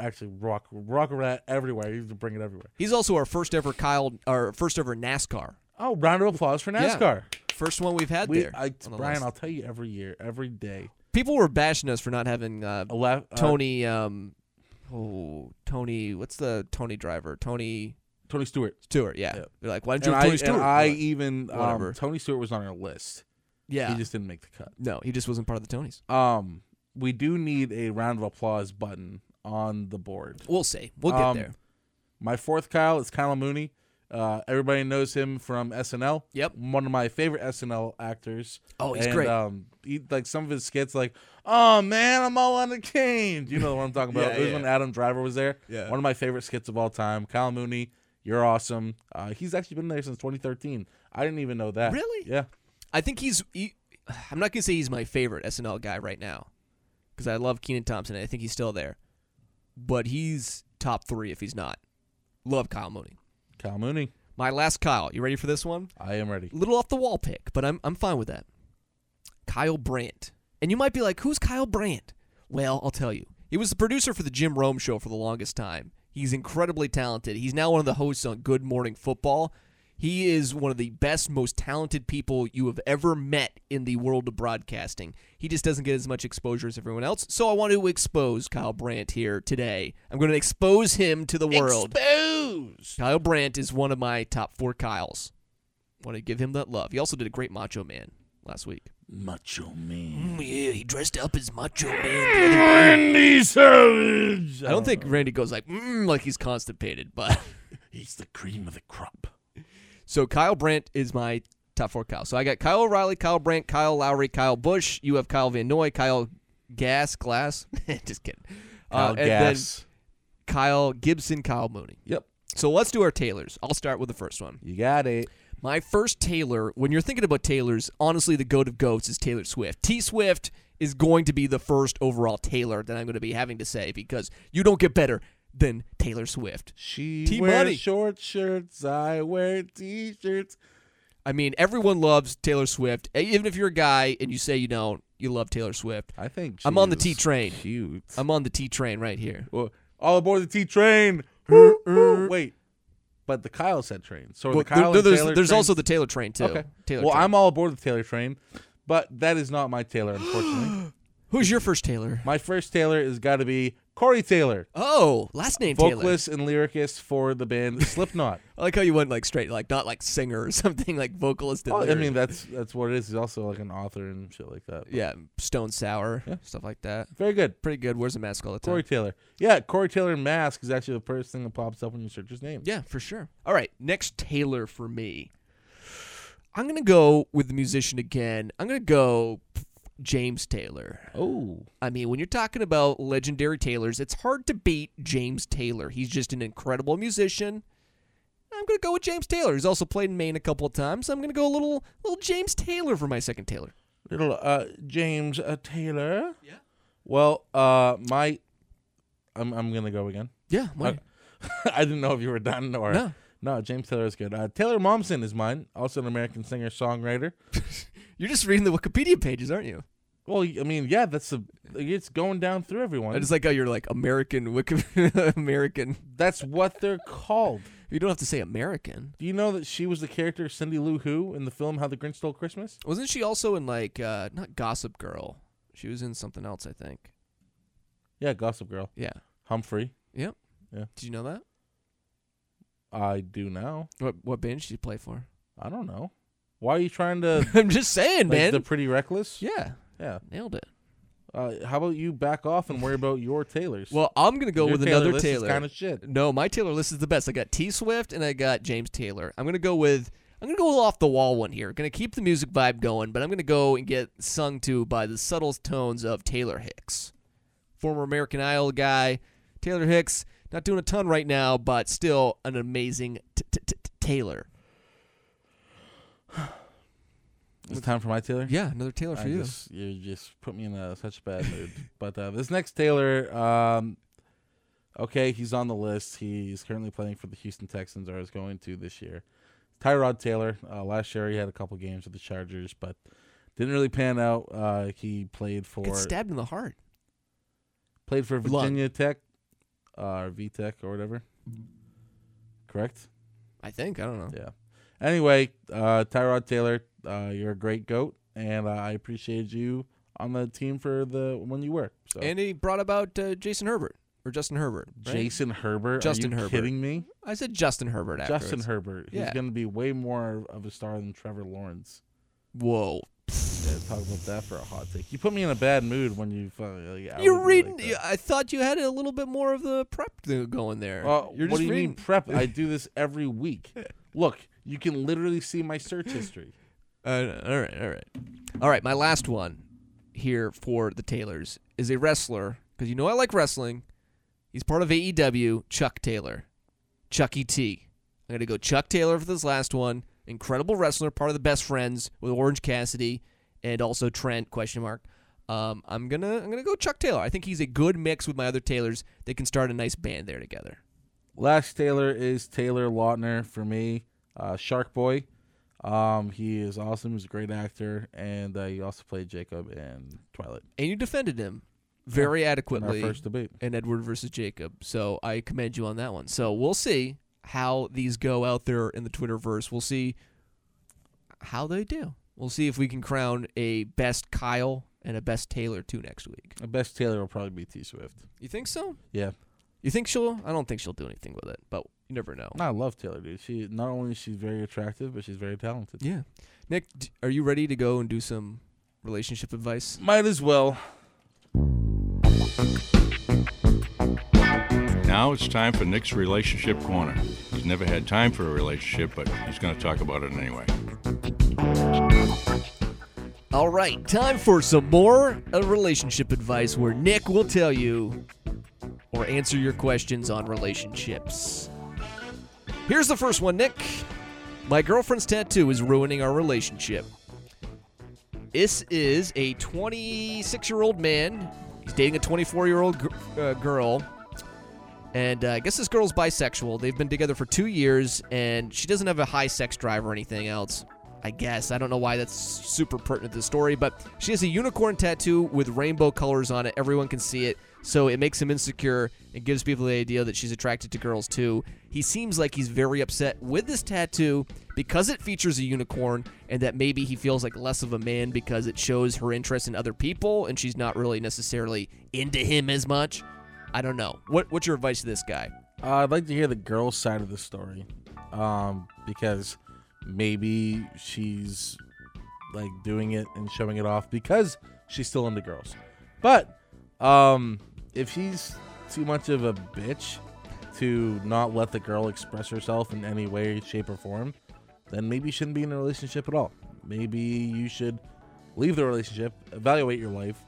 actually rock rock around everywhere. I used to bring it everywhere.
He's also our first ever Kyle, our first ever NASCAR.
Oh, round of applause for
Yeah.
NASCAR.
First one we've had
We,
there.
I,
on the
Brian,
list.
I'll tell you every year, every day.
people were bashing us for not having uh,
Ele- uh,
Tony. Um, oh, Tony. What's the Tony driver? Tony
Tony Stewart.
Stewart. Yeah.
Yeah.
They're like, why didn't you
And
have
I,
Tony Stewart?
and
We're
I
like,
even um,
whatever.
Tony Stewart was on our list.
yeah.
He just didn't make the cut.
no, he just wasn't part of the Tonys.
Um, we do need a round of applause button on the board.
We'll see. We'll get
Um,
there.
My fourth Kyle is Kyle Mooney. Uh, everybody knows him from SNL.
Yep.
One of my favorite SNL actors.
Oh, he's
And,
great.
Um, he, like some of his skits, like "Oh man, I'm all on the cane." You know what I'm
<laughs>
talking about?
Yeah,
it was
yeah.
when Adam Driver was there.
Yeah.
One of my favorite skits of all time. Kyle Mooney, you're awesome. Uh, he's actually been there since 2013. I didn't even know that.
Really?
Yeah.
I think he's. He, I'm not gonna say he's my favorite SNL guy right now, because I love Keenan Thompson. and I think he's still there, but he's top three if he's not. Love Kyle Mooney.
Kyle Mooney,
My last Kyle. You ready for this one?
I am ready.
little off the wall pick, but I'm I'm fine with that. Kyle Brandt. And you might be like, who's Kyle Brandt? Well, I'll tell you. He was the producer for the Jim Rome show for the longest time. He's incredibly talented. He's now one of the hosts on Good Morning Football. He is one of the best, most talented people you have ever met in the world of broadcasting. He just doesn't get as much exposure as everyone else. So I want to expose Kyle Brandt here today. I'm going to expose him to the world.
Exposed.
Kyle Brandt is one of my top four Kyles. Want to give him that love. He also did a great Macho Man last week.
Macho
Mm,
Man.
yeah, he dressed up as Macho Man.
Randy Savage.
I don't think Randy goes like mm, like he's constipated, but <laughs>
he's the cream of the crop.
so Kyle Brandt is my top four Kyle. So I got Kyle O'Reilly, Kyle Brandt, Kyle Lowry, Kyle Bush. You have Kyle Van Noy, Kyle Gas Glass. <laughs> Just kidding.
Kyle
uh, and
Gass.
then Kyle Gibson, Kyle Mooney.
Yep.
So let's do our tailors. I'll start with the first one.
You got it.
My first Taylor, when you're thinking about Taylors, honestly, the goat of goats is Taylor Swift. T Swift is going to be the first overall Taylor that I'm going to be having to say because you don't get better than Taylor Swift.
She
T-Money.
wears short shirts. I wear t-shirts.
I mean, everyone loves Taylor Swift. E, Even if you're a guy and you say you don't, you love Taylor Swift.
I think
I'm on the
she
T
is
train.
Cute.
I'm on the T train right here.
Well, all aboard the T train. Woo, woo. Wait, but the Kyle said train. So are
Well,
Oh, the Kyle
there-
and
there's
Taylor
there's
train-
also the Taylor train, too.
okay.
Taylor
well,
train.
I'm all aboard the Taylor train, but that is not my Taylor, unfortunately.
<gasps> Who's your first Taylor?
my first Taylor has got to be Corey Taylor,
Oh, last name Taylor.
vocalist and lyricist for
<laughs>
the band Slipknot.
I like how you went like straight, like not like singer or <laughs> something, like vocalist. And
Oh, I
lyric.
mean, that's that's what it is. He's also like an author and shit like that.
yeah, Stone Sour,
Yeah.
stuff like that.
Very good.
Pretty good. Wears a mask all the time.
Corey Taylor. Yeah, Corey Taylor Mask is actually the first thing that pops up when you search his name.
Yeah, for sure. All right, next Taylor for me. I'm gonna go with the musician again. I'm gonna go James Taylor.
Oh.
I mean, when you're talking about legendary Taylors, it's hard to beat James Taylor. He's just an incredible musician. I'm gonna go with James Taylor. He's also played in Maine a couple of times. So I'm gonna go a little little James Taylor for my second Taylor.
Little uh James uh, Taylor.
Yeah.
Well, uh my I'm I'm gonna go again. <laughs>
Yeah. why-
I didn't know if you were done or
No.
No, James Taylor is good. Uh, Taylor Momsen is mine, also an American singer songwriter.
You're just reading the Wikipedia pages, aren't you?
Well, I mean, yeah, that's the it's going down through everyone.
I just like how you're like American Wiki <laughs> American.
that's what they're called.
You don't have to say American.
Do you know that she was the character Cindy Lou Who in the film How the Grinch Stole Christmas?
Wasn't she also in like uh not Gossip Girl? She was in something else, I think.
Yeah, Gossip Girl.
Yeah.
Humphrey.
Did you know that?
I do now.
What what band did she play for?
I don't know. Why are you trying to
<laughs> I'm just saying,
like,
man.
the pretty reckless?
yeah,
Yeah.
nailed it.
Uh, how about you back off and worry about your Taylors?
Well, I'm gonna go
Your
with
Taylor
another
list is
Taylor.
kind of shit.
No, my Taylor list is the best. I got T Swift and I got James Taylor. I'm gonna go with I'm gonna go off the wall one here. Gonna keep the music vibe going, but I'm gonna go and get sung to by the subtle tones of Taylor Hicks, former American Idol guy. Taylor Hicks, not doing a ton right now, but still an amazing t- t- t- t- Taylor.
It's time for my Taylor.
Yeah, another Taylor for
I
you.
Just, you just put me in a, such a bad mood. <laughs> But uh, this next Taylor, um, okay, he's on the list. He's currently playing for the Houston Texans, or is going to this year. Tyrod Taylor. Uh, last year he had a couple games with the Chargers, but didn't really pan out. Uh, he played for
Gets stabbed in the heart.
played for
Lung.
Virginia Tech, uh, or VTech or whatever. Correct.
I think I don't know.
Yeah. Anyway, uh, Tyrod Taylor, uh, you're a great goat, and uh, I appreciated you on the team for the when you were. So
And he brought about uh, Jason Herbert or Justin Herbert. right?
Jason Herbert,
Justin
are you
Herbert.
kidding me?
I said Justin Herbert. Afterwards.
Justin Herbert, he's
Yeah.
going to be way more of a star than Trevor Lawrence.
Whoa.
Yeah, talk about that for a hot take. You put me in a bad mood when you. Uh, like, I
You're
wouldn't really
reading.
like that.
I thought you had a little bit more of the prep th- going there.
Uh,
You're just
what do you
reading.
mean
<laughs>
prep? I do this every week. Look, you can literally see my search history.
Uh, all right, all right, all right. My last one here for the Taylors is a wrestler because you know I like wrestling. He's part of AEW. Chuck Taylor, Chucky T. I'm gonna go Chuck Taylor for this last one. Incredible wrestler, part of the best friends with Orange Cassidy and also Trent? Question mark. Um, I'm gonna I'm gonna go Chuck Taylor. I think he's a good mix with my other Taylors. They can start a nice band there together.
Last Taylor is Taylor Lautner for me, uh, Shark Boy. Um, he is awesome. He's a great actor, and uh, he also played Jacob in Twilight
and you defended him very
in our
adequately
first debate.
in Edward versus Jacob. So I commend you on that one. So we'll see how these go out there in the Twitterverse. We'll see how they do. We'll see if we can crown a best Kyle and a best Taylor too next week.
The best Taylor will probably be T Swift.
You think so?
Yeah,
You think she'll? I don't think she'll do anything with it, but you never know.
No, I love Taylor, dude. She not only is she very attractive, but she's very talented.
Yeah. Nick, d- are you ready to go and do some relationship advice?
Might as well.
Now it's time for Nick's Relationship Corner. He's never had time for a relationship, but he's going to talk about it anyway.
All right, time for some more uh, relationship advice where Nick will tell you or answer your questions on relationships. Here's the first one, Nick. My girlfriend's tattoo is ruining our relationship. This is a 26 year old man. He's dating a 24 year old gr- uh, girl. And uh, I guess this girl's bisexual. They've been together for two years, and she doesn't have a high sex drive or anything else. I guess. I don't know why that's super pertinent to the story, but she has a unicorn tattoo with rainbow colors on it. Everyone can see it, so it makes him insecure and gives people the idea that she's attracted to girls too. He seems like he's very upset with this tattoo because it features a unicorn and that maybe he feels like less of a man because it shows her interest in other people and she's not really necessarily into him as much. I don't know. What what's your advice to this guy?
Uh, I'd like to hear the girl's side of the story, um, because maybe she's like doing it and showing it off because she's still into girls. But um, if he's too much of a bitch to not let the girl express herself in any way, shape, or form, then maybe you shouldn't be in a relationship at all. Maybe you should leave the relationship, evaluate your life,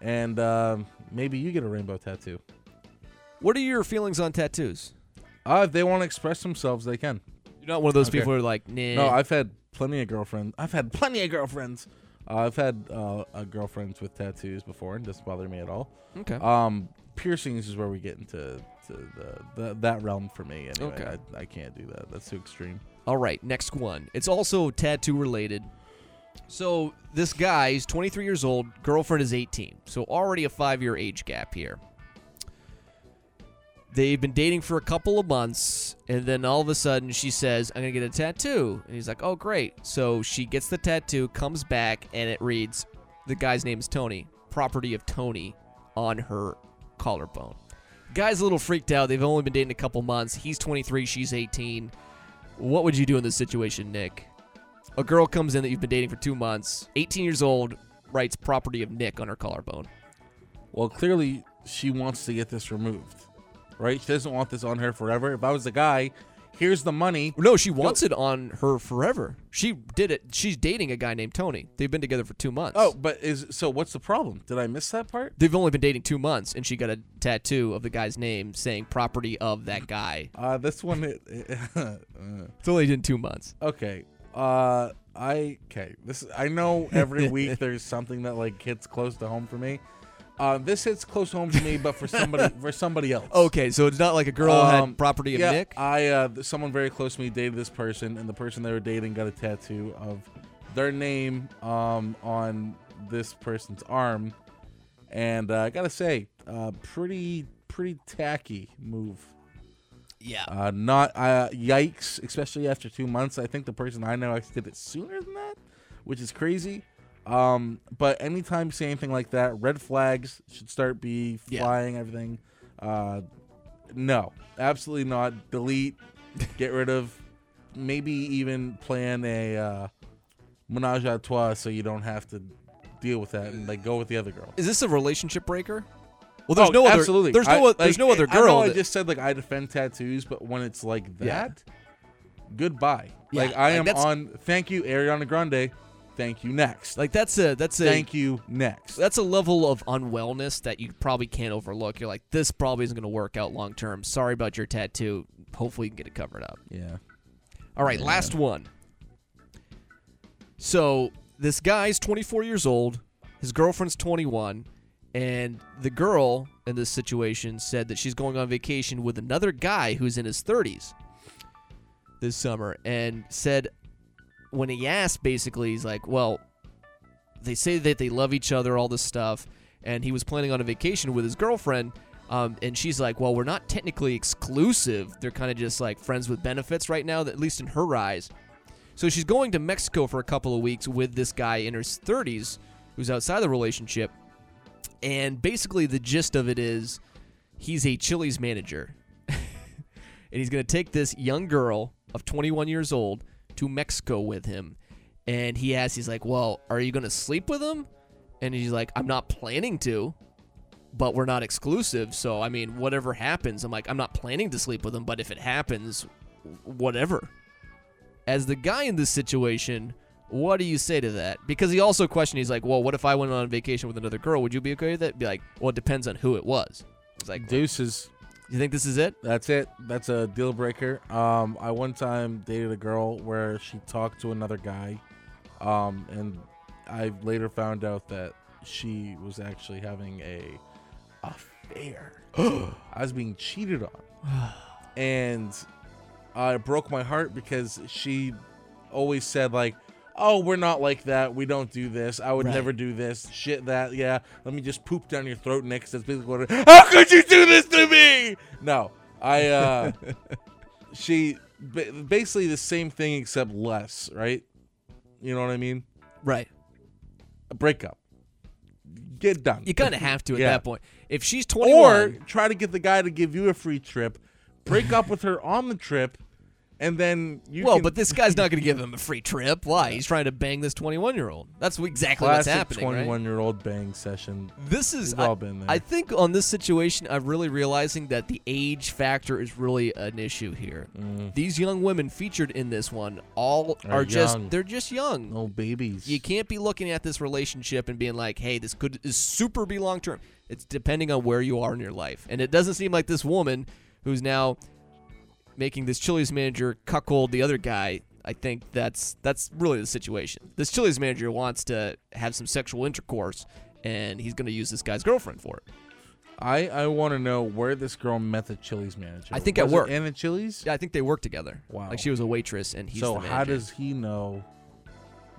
and um maybe you get a rainbow tattoo.
What are your feelings on tattoos?
Uh, if they want to express themselves, they can.
You're not one of those
Okay.
people who are like, nah.
No, I've had plenty of girlfriends. I've had plenty of girlfriends. Uh, I've had uh, uh, girlfriends with tattoos before, and doesn't bother me at all.
okay.
Um, piercings is where we get into to the, the that realm for me. Anyway,
Okay.
I, I can't do that. That's too extreme.
All right, next one. It's also tattoo related. So this guy, he's 23 years old, girlfriend is 18. So already a 5-year age gap here. They've been dating for a couple of months and then all of a sudden she says, "I'm going to get a tattoo." And he's like, "Oh, great." So she gets the tattoo, comes back and it reads the guy's name is Tony, property of Tony on her collarbone. Guy's a little freaked out. They've only been dating a couple months. He's 23, she's 18. What would you do in this situation, Nick? A girl comes in that you've been dating for two months, 18 years old, writes property of Nick on her collarbone.
Well, clearly she wants to get this removed, right? She doesn't want this on her forever. If I was a guy, here's the money.
No, she wants it on her forever. She did it. She's dating a guy named Tony. They've been together for two months.
Oh, but is so? What's the problem? Did I miss that part?
They've only been dating two months, and she got a tattoo of the guy's name saying property of that guy.
Uh, this one. It, <laughs> uh,
It's only in two months.
Okay. Uh I okay. This I know
<laughs>
every week there's something that like hits close to home for me. Uh, this hits close home to me, but
<laughs>
for somebody for somebody else.
Okay, so it's not like a girl
Um,
had property of
yeah,
Nick.
I uh, th- someone very close to me dated this person, and the person they were dating got a tattoo of their name um, on this person's arm. And uh, I gotta say, uh, pretty pretty tacky move.
yeah.
Uh, not uh, yikes, especially after two months. I think the person I know actually did it sooner than that, which is crazy. Um, but anytime you see anything like that, red flags should start be
Yeah.
flying. Everything. Uh, no, absolutely not. Delete, get rid of. Maybe even plan a uh, menage a trois so you don't have to deal with that and like go with the other girl.
Is this a relationship breaker? Well, there's
Oh,
no other.
absolutely.
There's no.
I-
o- there's
like,
no other
I- I know
girl.
I,
that-
just said like I defend tattoos, but when it's like
Yeah.
that, goodbye.
Yeah,
like I
like,
am
that's-
on. Thank you, Ariana Grande. Thank you next.
like that's a. That's a.
thank you next.
that's a level of unwellness that you probably can't overlook. You're like, this probably isn't going to work out long term. Sorry about your tattoo. Hopefully, you can get it covered up.
yeah.
All right, last one. So this guy's 24 years old. His girlfriend's 21, and the girl in this situation said that she's going on vacation with another guy who's in his 30s this summer, and said when he asked, basically, he's like, "Well, they say that they love each other, all this stuff, and he was planning on a vacation with his girlfriend. Um, and she's like, well, we're not technically exclusive. They're kind of just like friends with benefits right now, at least in her eyes. So she's going to Mexico for a couple of weeks with this guy in his 30s who's outside the relationship. And basically, the gist of it is he's a Chili's manager. <laughs> and he's going to take this young girl of 21 years old to Mexico with him. And he asks, he's like, well, are you going to sleep with him? And he's like, I'm not planning to, but we're not exclusive. So, I mean, whatever happens, I'm like, I'm not planning to sleep with him, but if it happens, whatever as the guy in this situation, what do you say to that? Because he also questioned, he's like, well, what if I went on vacation with another girl? Would you be okay with that? Be like, well, it depends on who it was. It's like, do
Deuces.
you think this is it?
That's it. That's a deal breaker. Um, I one time dated a girl where she talked to another guy, um, and I later found out that she was actually having a affair. I was being cheated on, and uh, it broke my heart because she always said like, "Oh, we're not like that. We don't do this. I would
Right.
never do this. Shit, that yeah. Let me just poop down your throat, Nick. 'cause That's basically what. It, <laughs> How could you do this to me? No, I. uh She ba- basically the same thing except less, right? You know what I mean?
Right.
A breakup. Get done.
You kind of have to at
Yeah.
that point. If she's
Or
21,
try to get the guy to give you a free trip, break up with her on the trip, and then you
well,
can
but this guy's not going to give him a free trip. Why? He's trying to bang this 21 year old. That's exactly what's
classic
happening. right?
21 year old bang session.
This is
We've all
I,
been there.
I think on this situation, I'm really realizing that the age factor is really an issue here.
Mm.
These young women featured in this one all
Are
are, just
young.
they're just young.
No babies.
You can't be looking at this relationship and being like, "Hey, this could is super be long term." It's depending on where you are in your life, and it doesn't seem like this woman who's now making this Chili's manager cuckold the other guy. I think that's that's really the situation. This Chili's manager wants to have some sexual intercourse, and he's going to use this guy's girlfriend for it.
I, I want to know where this girl met the Chili's manager.
I think at
Was it
work.
And the Chili's?
Yeah, I think they work together.
Wow.
Like she was a waitress, and he's
so
the
how
manager.
does he know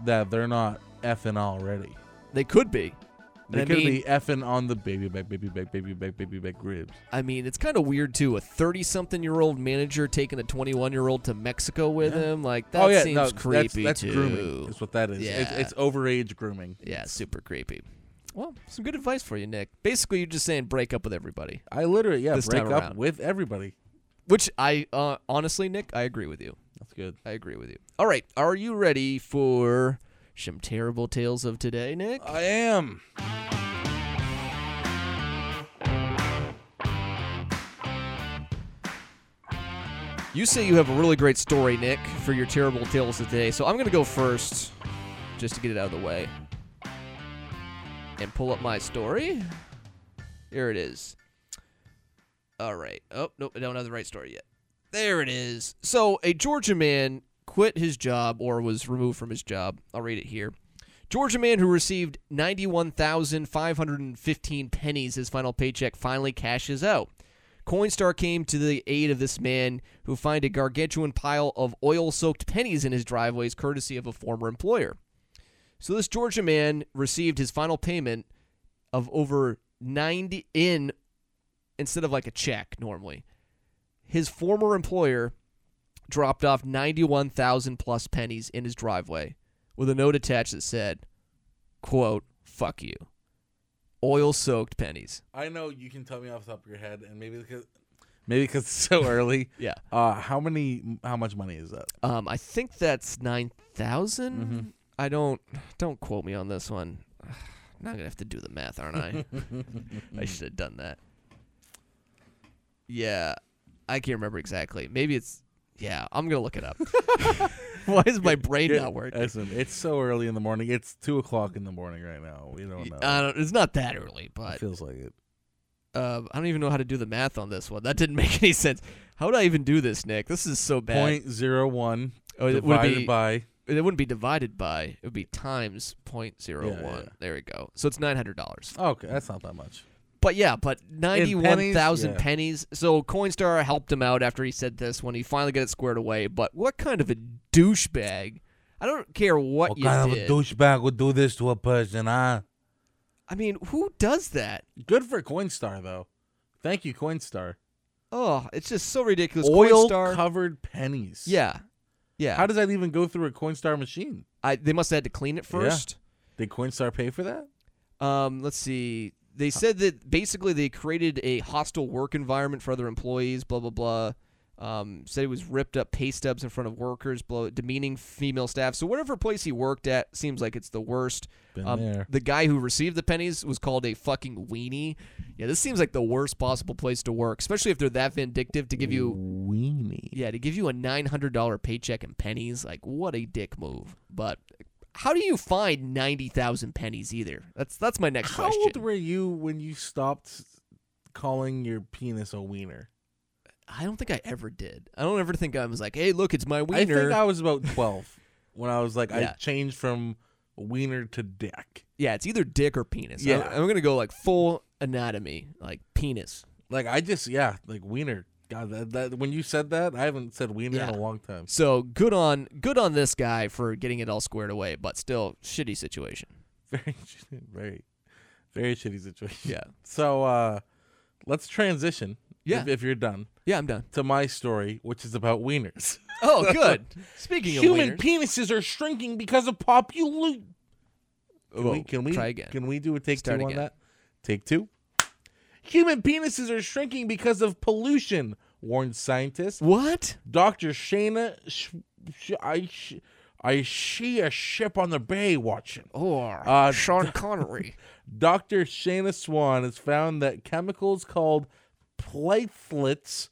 that they're not effing already?
they could be?
They
And I
could
mean-
be effing on the baby back, baby back, baby back, baby back ribs.
I mean, it's kind of weird too. A thirty-something-year-old manager taking a twenty-one-year-old to Mexico with him, like that
oh yeah,
seems
no,
creepy
That's,
too.
that's grooming. Is what that is. It's,
Yeah.
it's overage grooming.
Yeah, super creepy. Well, some good advice for you, Nick. Basically, you're just saying break up with everybody,
I literally yeah
This
break
time
up
around.
with everybody.
which I uh, honestly, Nick, I agree with you.
That's good.
I agree with you. All right, are you ready for some terrible tales of today, Nick?
I am.
You say you have a really great story, Nick, for your terrible tales today, so I'm going to go first just to get it out of the way and pull up my story. Here it is. All right. Oh, nope, I don't have the right story yet. There it is. So, a Georgia man quit his job or was removed from his job. I'll read it here. Georgia man who received 91,515 pennies his final paycheck finally cashes out. Coinstar came to the aid of this man who find a gargantuan pile of oil-soaked pennies in his driveways courtesy of a former employer. So this Georgia man received his final payment of over 90 in instead of like a check normally. His former employer dropped off 91,000 plus pennies in his driveway with a note attached that said, quote, fuck you. Oil-soaked pennies.
I know you can tell me off the top of your head, and maybe because maybe because it's <laughs> so early.
Yeah.
Uh, how many? How much money is that?
Um, I think that's nine
Mm-hmm.
Mm-hmm. I don't don't quote me on this one. <sighs> Now I'm gonna have to do the math, aren't
<laughs>
I?
Mm-hmm.
<laughs> I should have done that. Yeah, I can't remember exactly. Maybe it's yeah. I'm gonna look it up. <laughs> Why is my brain
Yeah,
not working?
Listen, it's so early in the morning. It's two o'clock in the morning right now. We don't know.
I don't, it's not that early,
it <laughs>
but
feels like it.
uh, I don't even know how to do the math on this one. That didn't <laughs> make any sense. How would I even do this, Nick? This is so bad.
Point zero one
Oh, it would
divided
be-
by
it wouldn't be divided by it would be times 0.01
Yeah, yeah.
there we go so it's $900
oh, okay. That's not that much.
but yeah but 91000
yeah.
pennies, so coinstar helped him out after he said this when he finally got it squared away but what kind of a douchebag i don't care what, you did
douchebag would do this to a person? Huh?
i mean who does that
Good for Coinstar though. Thank you, Coinstar.
oh it's just so ridiculous
Oil
coinstar
covered pennies.
yeah yeah
How does that even go through a Coinstar machine?
I, they must have had to clean it first
Did Coinstar pay for that?
Um, let's see. They said that basically they created a hostile work environment for other employees. Blah blah blah. Um, said he was ripped up pay stubs in front of workers, blow, demeaning female staff. So whatever place he worked at seems like it's the worst.
Been
um,
there.
The guy who received the pennies was called a fucking weenie. Yeah, this seems like the worst possible place to work, especially if they're that vindictive to give you
Weenie.
yeah, to give you a nine hundred dollar paycheck in pennies, like what a dick move. But how do you find ninety thousand pennies either? That's that's my next
How
question.
old were you when you stopped calling your penis a wiener?
I don't think I ever did. I don't ever think I was like, hey, look, it's my
I think
wiener.
I was about twelve <laughs> when I was like I
Yeah.
changed from wiener to dick.
yeah, it's either dick or penis. I-
Yeah.
I'm gonna go like full anatomy, like penis.
Like I just yeah, like wiener. God, that, that when you said that, I haven't said wiener in
Yeah.
a long time. <laughs>
So good on good on this guy for getting it all squared away, but still shitty situation.
Very, shitty- very, very shitty situation.
Yeah.
So uh let's transition.
Yeah.
If, if you're done,
Yeah, I'm done.
to my story, which is about <laughs> wieners.
Oh, good. Speaking of
Human
wieners-
penises are shrinking because of population. Can
Whoa,
we, can we
try again?
Can we do a take
Start
two on
again.
that? Take two. Human penises are shrinking because of pollution, warned scientists.
What?
Dr. Shana, sh- sh- I, sh- I see a ship on the bay watching.
Or
Uh,
Sean Connery.
Dr. Shana Swan has found that chemicals called platelets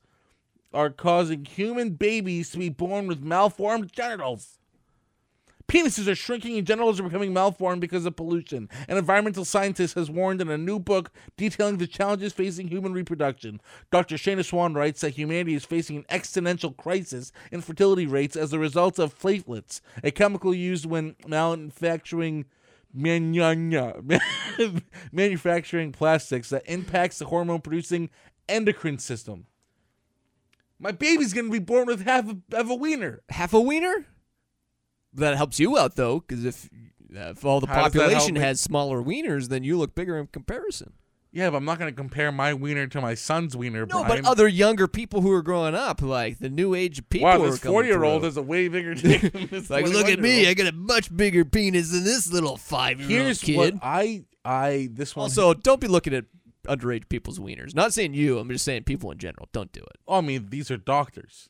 are causing human babies to be born with malformed genitals. Penises are shrinking and genitals are becoming malformed because of pollution. An environmental scientist has warned in a new book detailing the challenges facing human reproduction. Dr. Shana Swan writes that humanity is facing an existential crisis in fertility rates as a result of platelets, a chemical used when manufacturing manu- <laughs> manufacturing plastics that impacts the hormone producing endocrine system. My baby's gonna be born with half a, of a wiener.
Half a wiener? That helps you out though, because if uh, if all the
How does that help
population
me?
has smaller wieners, then you look bigger in comparison.
Yeah, but I'm not gonna compare my wiener to my son's wiener.
No,
Brian.
but other younger people who are growing up, like the new age of people.
wow,
who are
this
coming
forty-year-old
through.
has a
<laughs>
way bigger dick. than this <laughs>
like, look at me,
21-year-old.
I got a much bigger penis than this little five-year-old
Here's
kid.
what I I this one.
Also, don't be looking at underage people's wieners. Not saying you. I'm just saying people in general. Don't do it.
oh, I mean, these are doctors.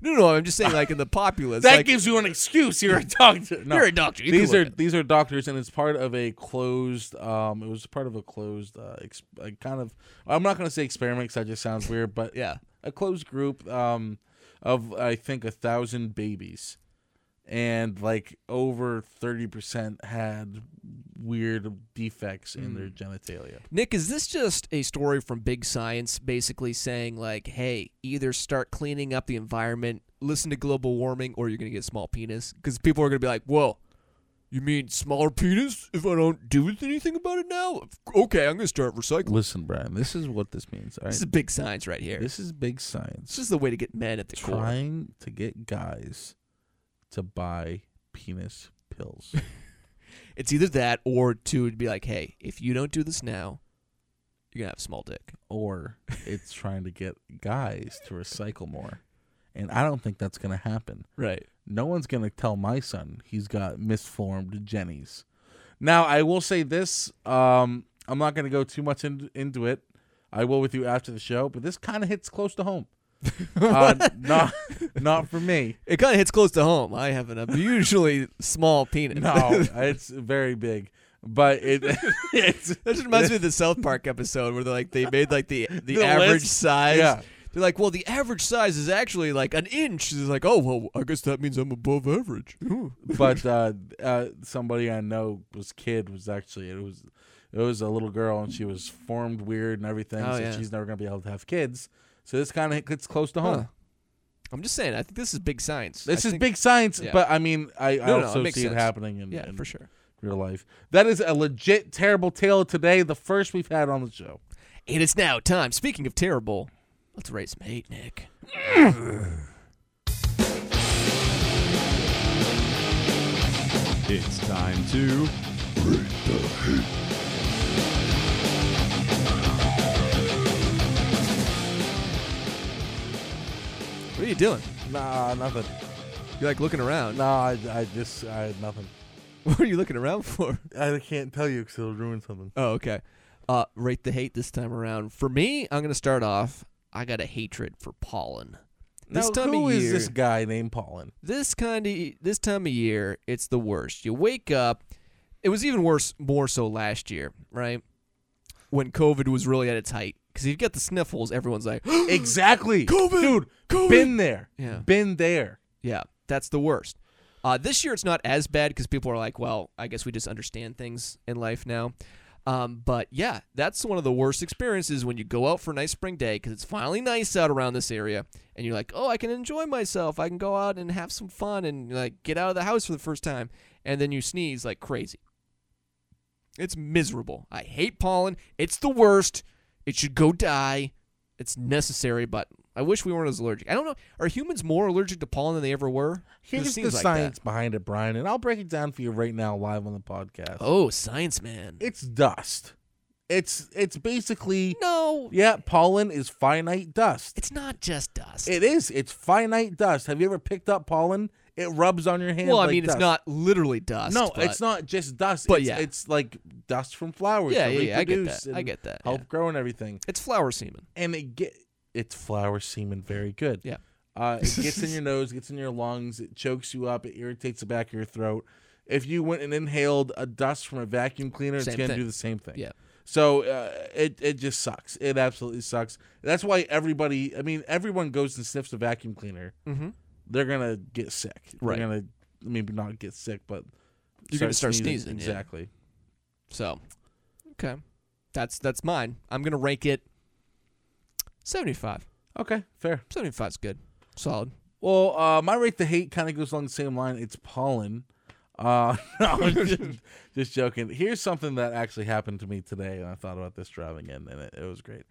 No, no. I'm just saying, like in the populace,
that
like,
gives you an excuse. You're
<laughs>
a doctor. No.
you're a doctor. You can
these
look
are
at it.
these are doctors, and it's part of a closed. Um, it was part of a closed, uh, ex- like kind of. I'm not gonna say experiment because that just sounds weird, but
yeah.
a closed group um, of I think a thousand babies, and like over thirty percent had weird defects in
Mm.
their genitalia.
Nick, is this just a story from big science basically saying like, hey, either start cleaning up the environment, listen to global warming, or you're gonna get small penis? Because people are gonna be like, whoa. You mean smaller penis if I don't do anything about it now? Okay, I'm going to start recycling.
Listen, Brian, this is what this means. All right,
This is big science right here.
this is big
This
science.
is the way to get men at the core.
Trying to get guys to buy penis
<laughs>
pills.
It's either that or two would be like, hey, if you don't do this now, you're gonna have a small dick.
or it's trying to get guys to recycle more. And I don't think that's going to happen.
<laughs> Right.
No one's going to tell my son he's got misformed jennies. Now, I will say this um, I'm not going to go too much in, into it. I will with you after the show, but this kind of hits close
<laughs>
to home. uh, not, not for me.
It kind of hits close to home. I have an unusually small penis.
No, it's very big, but it <laughs> it's
<laughs> that just
<laughs>
reminds me of the South Park episode where they are like they made like the the, average
list?
size.
Yeah.
They're like, well, the average size is actually like an inch. It's like, oh, well, I guess that means I'm above average. Ooh. <laughs>
but uh, uh, somebody I know was kid was actually it was it was a little girl and she was formed weird and everything,
Oh,
so
yeah.
she's never gonna be able to have kids. So this kind of gets close to home.
Huh. I'm just saying. I think this is big science.
This
I
is
think-
big science,
yeah.
but I mean, I,
No,
I
no, it
also
makes
see it
sense.
happening in,
Yeah,
in
for sure.
real life. That is a legit terrible tale today, the first we've had on the show.
And it's now time. Speaking of terrible, let's raise some hate, Nick.
It's time to.
What are you doing?
Nah, nothing.
You're like looking around.
Nah, I, I just I had nothing.
<laughs> What are you looking around for?
I can't tell you because it'll ruin something.
Oh, okay. Uh, rate the hate this time around. For me, I'm gonna start off. I got a hatred for pollen. This
now,
time
who
of
is
year,
this guy named Paulin?
<gasps> this kind of this time of year, it's the worst. You wake up. It was even worse, more so last year, right? When COVID was really at its height, because you get the sniffles. Everyone's like, <gasps>
Exactly.
COVID,
Dude,
COVID.
been there.
Yeah.
Been there.
Yeah, that's the worst. Uh, this year it's not as bad because people are like, well, I guess we just understand things in life now. Um, but yeah, that's one of the worst experiences when you go out for a nice spring day because it's finally nice out around this area, and you're like, oh, I can enjoy myself. I can go out and have some fun and like get out of the house for the first time, and then you sneeze like crazy. It's miserable. I hate pollen. It's the worst. It should go die. It's necessary, but I wish we weren't as allergic. I don't know. Are humans more allergic to pollen than they ever were? 'Cause it
Here's the
seems like that.
science behind it, Brian, and I'll break it down for you right now live on the podcast.
Oh, science man.
It's dust. It's it's basically
no,
yeah, pollen is finite dust.
it's not just dust.
It is. It's finite dust. Have you ever picked up pollen? It rubs on your hand.
Well, I
like
mean,
dust.
it's not literally dust.
No,
but-
it's not just dust.
but
it's,
yeah.
it's like dust from flowers.
Yeah,
to
yeah, yeah, I get
reproduce
that. I
and
get that,
Help
yeah.
grow and everything.
It's flower semen.
and it get it's flower semen very good.
Yeah.
Uh, it
<laughs>
gets in your nose, gets in your lungs, it chokes you up, it irritates the back of your throat. If you went and inhaled a dust from a vacuum cleaner, it's
Same
going to
thing.
do the same thing.
Yeah.
So uh, it it just sucks. It absolutely sucks. That's why everybody, I mean, everyone goes and sniffs a vacuum cleaner. Mm-hmm. They're gonna get sick.
Right.
They're gonna maybe not get sick, but
You're gonna start sneezing, yeah.
Exactly.
So, okay, that's that's mine. I'm gonna rank it 75.
Okay. Fair.
75 is good, solid.
Well, uh, my rate to hate kind of goes along the same line. It's pollen. Uh, <laughs> no, I'm just, just joking. Here's something that actually happened to me today, and I thought about this driving in, and it, it was great.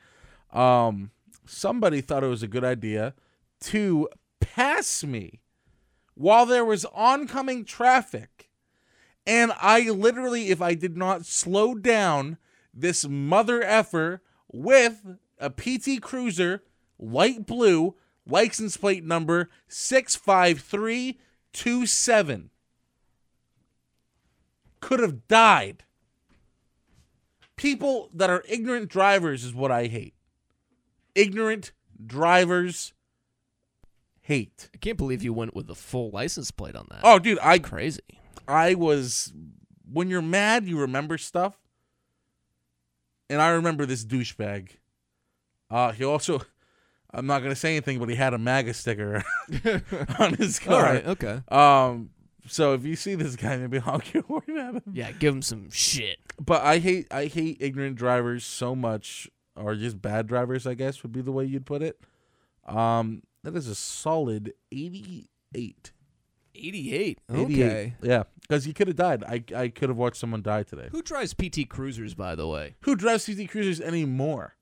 Um, somebody thought it was a good idea to pass me while there was oncoming traffic. And I literally, if I did not slow down, this mother effer with a PT Cruiser, light blue, license plate number 65327, could have died. People that are ignorant drivers is what I hate. Ignorant drivers hate.
I can't believe you went with the full license plate on that.
Oh, dude, I
crazy.
I was when you're mad, you remember stuff. And I remember this douchebag. Uh he also <laughs> I'm not gonna say anything, but he had a MAGA sticker <laughs> on his car.
All right, okay.
Um so if you see this guy, maybe <laughs> honk your horn at him.
Yeah, give him some shit.
But I hate I hate ignorant drivers so much, or just bad drivers, I guess would be the way you'd put it. Um that is a solid eighty eight.
88.
88.
Okay.
Yeah, because he could have died. I I could have watched someone die today.
Who drives PT Cruisers, by the way?
Who drives CZ Cruisers anymore?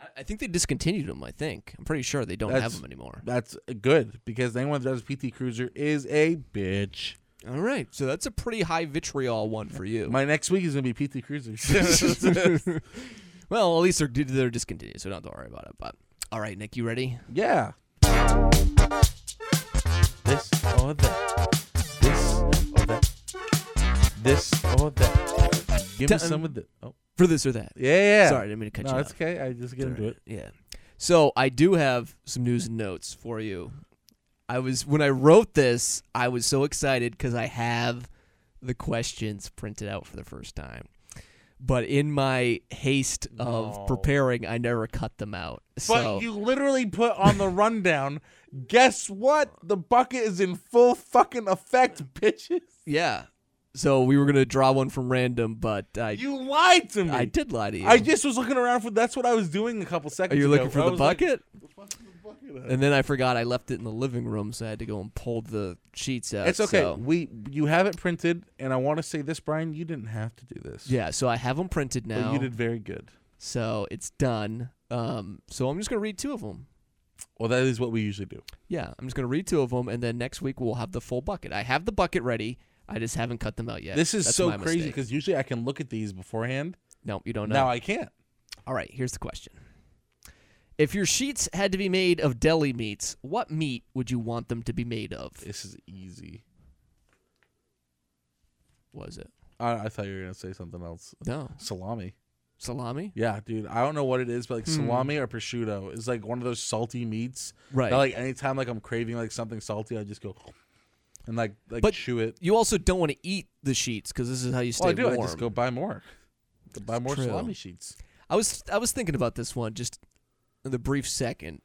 I, I think they discontinued them. I think I'm pretty sure they don't have
That's-
them anymore.
That's good because anyone that drives a PT Cruiser is a bitch.
All right, so that's a pretty high vitriol one for you.
My next week is gonna be PT Cruisers. <laughs>
<laughs> well, at least they're they're discontinued, so don't have to worry about it. But all right, Nick, you ready?
yeah. This or that. This or that. This or that. Give me
Tell-
some of the. Oh,
For this or that?
yeah, yeah.
Sorry, I didn't mean to cut
No,
you
it's
off.
okay. I just get into it.
Yeah. So I do have some news and notes for you. I was when I wrote this, I was so excited because I have the questions printed out for the first time. But in my haste of
No.
preparing, I never cut them out.
But
so
you literally put on the rundown. guess what? The bucket is in full fucking effect, <laughs> bitches.
yeah. So we were gonna draw one from random, but I
You lied to me.
I did lie to you.
I just was looking around for. That's what I was doing a couple seconds.
Are you
ago.
looking for
I
the
was like,
bucket?
bucket
and then I forgot I left it in the living room, so I had to go and pull the sheets out.
it's okay.
so-
We you have it printed, and I want to say this, Brian. You didn't have to do this.
Yeah, so I have them printed
But
now.
you did very good.
So it's done. Um, so I'm just gonna read two of them.
Well, that is what we usually do.
Yeah, I'm just gonna read two of them, and then next week we'll have the full bucket. I have the bucket ready. I just haven't cut them out yet.
This is
That's
so
my
crazy
mistake. Oh,
because usually I can look at these beforehand.
no, you don't know.
Now I can't.
All right, here's the question: If your sheets had to be made of deli meats, what meat would you want them to be made of?
This is easy.
Was it
I, I thought you were gonna say something else.
no
Salami.
salami?
Yeah, dude. I don't know what it is, but like
Hmm.
salami or prosciutto is like one of those salty meats.
Right.
That, like anytime like I'm craving like something salty, I just go and like like
But
chew it.
You also don't want to eat the sheets because this is how you stay
Well, I do.
warm.
I just go buy more. Go buy more
true.
salami sheets.
I was I was thinking about this one just in the brief second.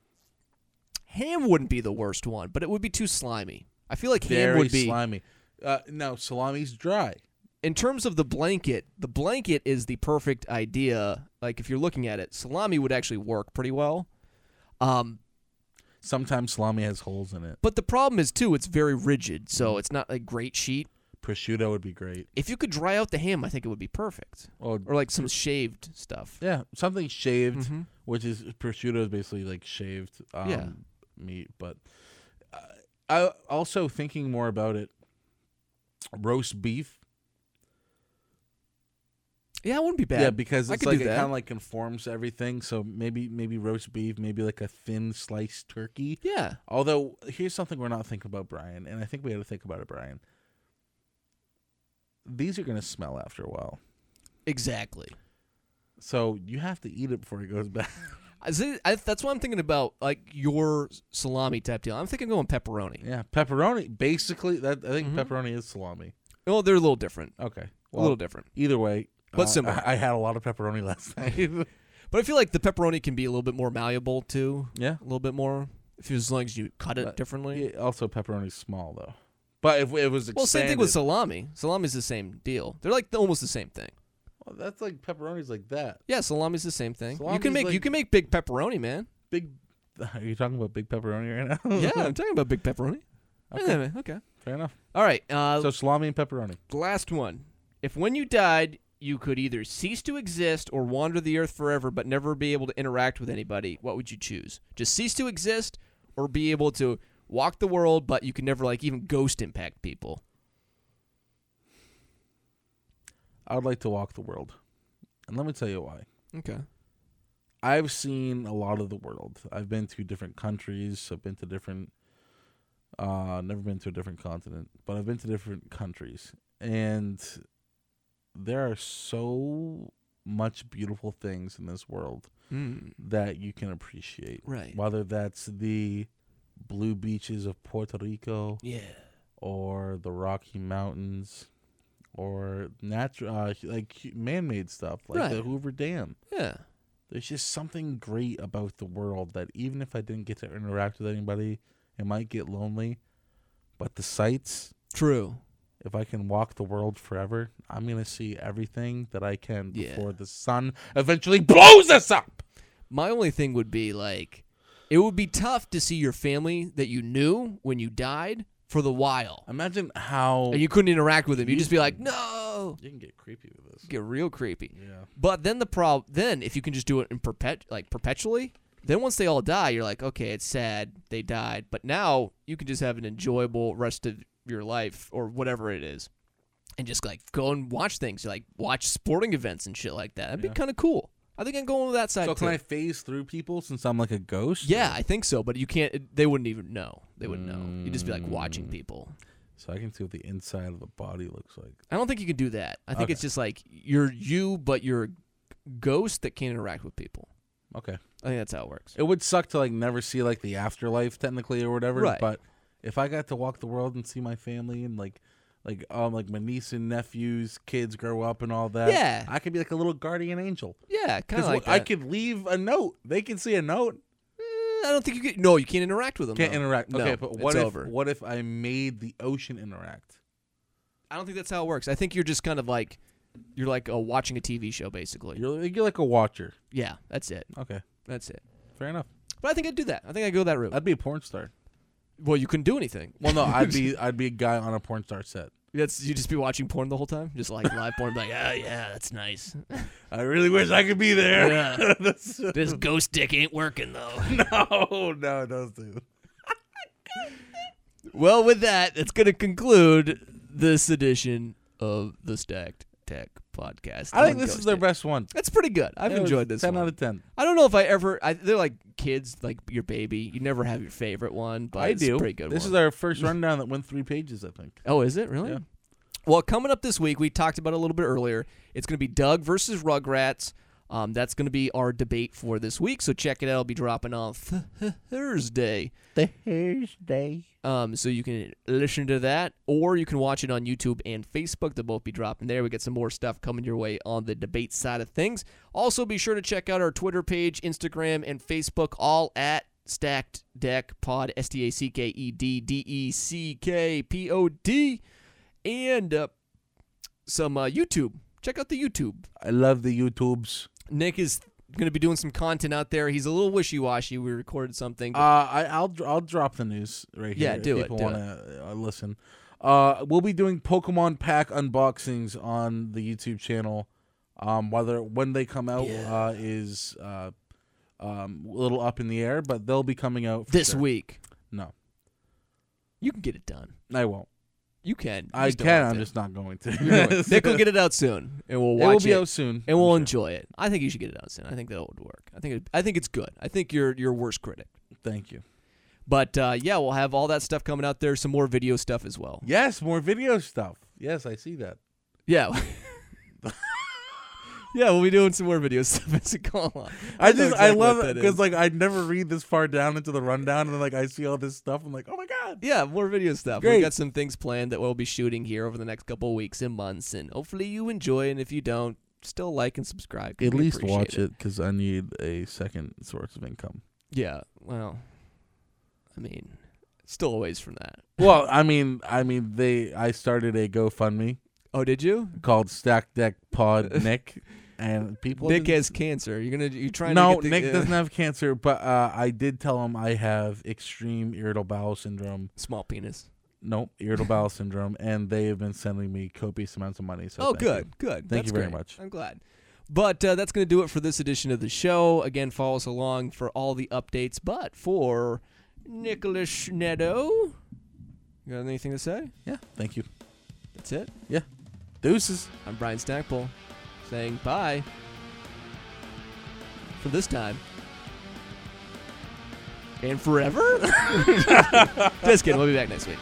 Ham wouldn't be the worst one, but it would be too slimy. I feel like ham
Very
would be
slimy. Uh, no, salami's dry.
in terms of the blanket. The blanket is the perfect idea. Like if you're looking at it, salami would actually work pretty well. Um,
Sometimes salami has holes in it.
but the problem is too, it's very rigid,
Mm-hmm.
so it's not a great sheet.
Prosciutto would be great.
If you could dry out the ham, I think it would be perfect.
Or
Or like some shaved stuff.
yeah, something shaved, which is prosciutto is basically like shaved um,
Mm-hmm. Yeah.
meat. But uh, I also thinking more about it. Roast beef.
Yeah, it wouldn't be bad.
Yeah, because
I
it's
could
like
do
it
that.
kind of like conforms to everything. So maybe maybe roast beef, maybe like a thin sliced turkey.
yeah.
Although here's something we're not thinking about, Brian, and I think we got to think about it, Brian. These are gonna smell after a while,
Exactly.
so you have to eat it before it goes <laughs> bad.
I, see- I- that's what I'm thinking about, like your salami type deal. I'm thinking going pepperoni.
yeah, pepperoni. Basically, that I think pepperoni is salami.
Well, they're a little different.
Okay,
Mm-hmm. a
well,
little
<laughs>
different.
either way,
But
uh,
similar.
I, I had a lot of pepperoni <laughs> last
<laughs>
night.
But I feel like the pepperoni can be a little bit more malleable too.
yeah.
A little bit more. If as long as you cut it
But-
differently.
Uh, yeah. Also, pepperoni's small though. But if it was expanded,
Well, same thing with salami. Salami's the same deal. They're like the, almost the same thing.
Well, that's like pepperoni's like that.
Yeah, salami's the same thing. you can
Salami's
make you
like-
can make big pepperoni,
<laughs>
man.
Big. Are you talking about big pepperoni right now?
Yeah, I'm talking about big pepperoni. Okay.
Okay.
okay.
<laughs> Fair enough.
All right. Uh,
So salami and pepperoni.
last one. If when you died, you could either cease to exist or wander the earth forever but never be able to interact with anybody, what would you choose? Just cease to exist or be able to walk the world but you can never like even ghost impact people?
I would like to walk the world, and let me tell you why.
Okay.
I've seen a lot of the world. I've been to different countries. I've been to different. Uh, never been to a different continent, but I've been to different countries, and there are so much beautiful things in this world
Mm,
that you can appreciate.
right.
Whether that's the blue beaches of Puerto Rico,
Yeah.
or the Rocky Mountains, or natural uh, hu- like hu- man-made stuff like the
Right.
Hoover Dam.
Yeah.
There's just something great about the world that even if I didn't get to interact with anybody, it might get lonely. But the sights,
True.
if I can walk the world forever, I'm gonna see everything that I can
Yeah.
before the sun eventually blows us up.
My only thing would be like it would be tough to see your family that you knew when you died for the while.
Imagine how
And you couldn't interact with them. You'd just be like, "No."
you can get creepy with this.
Get real creepy.
Yeah.
But then the problem, then if you can just do it in perpet like perpetually, then once they all die, you're like, okay, it's sad they died, but now you can just have an enjoyable rest of your life or whatever it is, and just like go and watch things, like watch sporting events and shit like that. That'd be kind of cool. I think I'm going with that side.
So can
too.
I phase through people since I'm like a ghost?
yeah, I think so, but you can't. it- They wouldn't even know. They wouldn't know. You'd just be like
Mm.
watching people.
So I can see what the inside of a body looks like.
I don't think you can do that. I think it's just like you're you, but you're a ghost that can't interact with people.
Okay.
I think that's how it works.
It would suck to like never see like the afterlife technically or whatever.
Right.
But if I got to walk the world and see my family and like like um like my niece and nephews, kids grow up and all that.
Yeah.
I could be like a little guardian angel.
Yeah, kind
Because
of like that.
I could leave a note. They can see a note.
eh, I don't think you can. No, you can't interact with them.
Can't
though.
interact.
No,
okay, but what
it's
if
over.
what if I made the ocean interact?
I don't think that's how it works. I think you're just kind of like you're like uh, watching a TV show basically.
You're you're like a watcher.
yeah, that's it.
Okay.
That's it.
Fair enough.
But I think I'd do that. I think I'd go that route.
I'd be a porn star.
well, you couldn't do anything.
Well no, I'd
<laughs>
be <laughs> I'd be a guy on a porn star set.
That's you just be watching porn the whole time, just like live porn. Like, oh yeah, that's nice.
I really wish I could be there.
Yeah.
That's-
this ghost dick ain't working though.
<laughs> no, no, don't do that.
<laughs> well, with that, that's gonna conclude this edition of the Stacked Tech Podcast.
I think
on
this is
Ghost
their
Dick.
best one.
That's pretty good. I've
It was
enjoyed this.
Ten
one.
out of ten.
I don't know if I ever. I, they're like kids, like your baby. You never have your favorite one, but
I
it's
do.
a pretty good.
this
one.
is our first rundown that went three pages. I think.
oh, is it really?
Yeah.
Well, coming up this week, we talked about it a little bit earlier. It's going to be Doug versus Rugrats. Um, that's going to be our debate for this week. So check it out. It'll be dropping on th- <laughs> Thursday.
Thursday.
Um, so you can listen to that, or you can watch it on YouTube and Facebook. They'll both be dropping there. We got some more stuff coming your way on the debate side of things. Also, be sure to check out our Twitter page, Instagram, and Facebook, all at Stacked Deck Pod, S T A C K E D D E C K P O D, and uh, some uh, YouTube. Check out the YouTube.
I love the YouTubes.
Nick is going to be doing some content out there. He's a little wishy washy. We recorded something.
Uh, I, I'll dr- I'll drop the news right here.
Yeah, do
if
it,
People
do
want to uh, listen. Uh, we'll be doing Pokemon pack unboxings on the YouTube channel. Um, whether when they come out uh, is uh, um, a little up in the air, but they'll be coming out for
this
sure.
week.
No,
You can get it done.
I won't.
You can.
I
just don't
can.
have
I'm
to.
just not going
<laughs>
to. <laughs>
Nick will get it out soon, and we'll
it will
watch
be out soon.
and we'll enjoy it. I think you should get it out soon. I think that would work. I think it, I think it's good. I think you're your worst critic.
Thank you.
But uh, yeah, we'll have all that stuff coming out there. Some more video stuff as well.
Yes, more video stuff. Yes, I see that.
Yeah. <laughs> yeah, we'll be doing some more video <laughs> stuff as it goes along.
I
know
just I
exactly what
love it
that
because
is.
like I never read this far down into the rundown, and then like I see all this stuff. I'm like, oh my god.
yeah, more video stuff.
Great.
We've got some things planned that we'll be shooting here over the next couple of weeks and months, and hopefully you enjoy. And if you don't, still like and subscribe. 'cause we appreciate
it because I need a second source of income.
Yeah. Well, I mean, still a ways from that.
Well, I mean, I mean, they. I started a GoFundMe
Oh, did you?
called Stack Deck
<laughs>
Pod Nick, and people.
Nick
didn't-
has cancer. You're gonna you trying
no,
to get the, uh,
Nick doesn't have cancer, but uh, I did tell him I have extreme irritable bowel syndrome.
small penis.
Nope, irritable bowel syndrome, and they have been sending me copious amounts of money. So
oh,
thank you.
good, good.
Thank
That's
you very
great.
much.
I'm glad. But uh, that's going to do it for this edition of the show. Again, follow us along for all the updates. But for Nicholas Schnedo, you got anything to say?
Yeah, thank you.
That's it.
Deuces.
I'm Brian Stackpole saying bye for this time and forever. <laughs> Just kidding. We'll be back next week.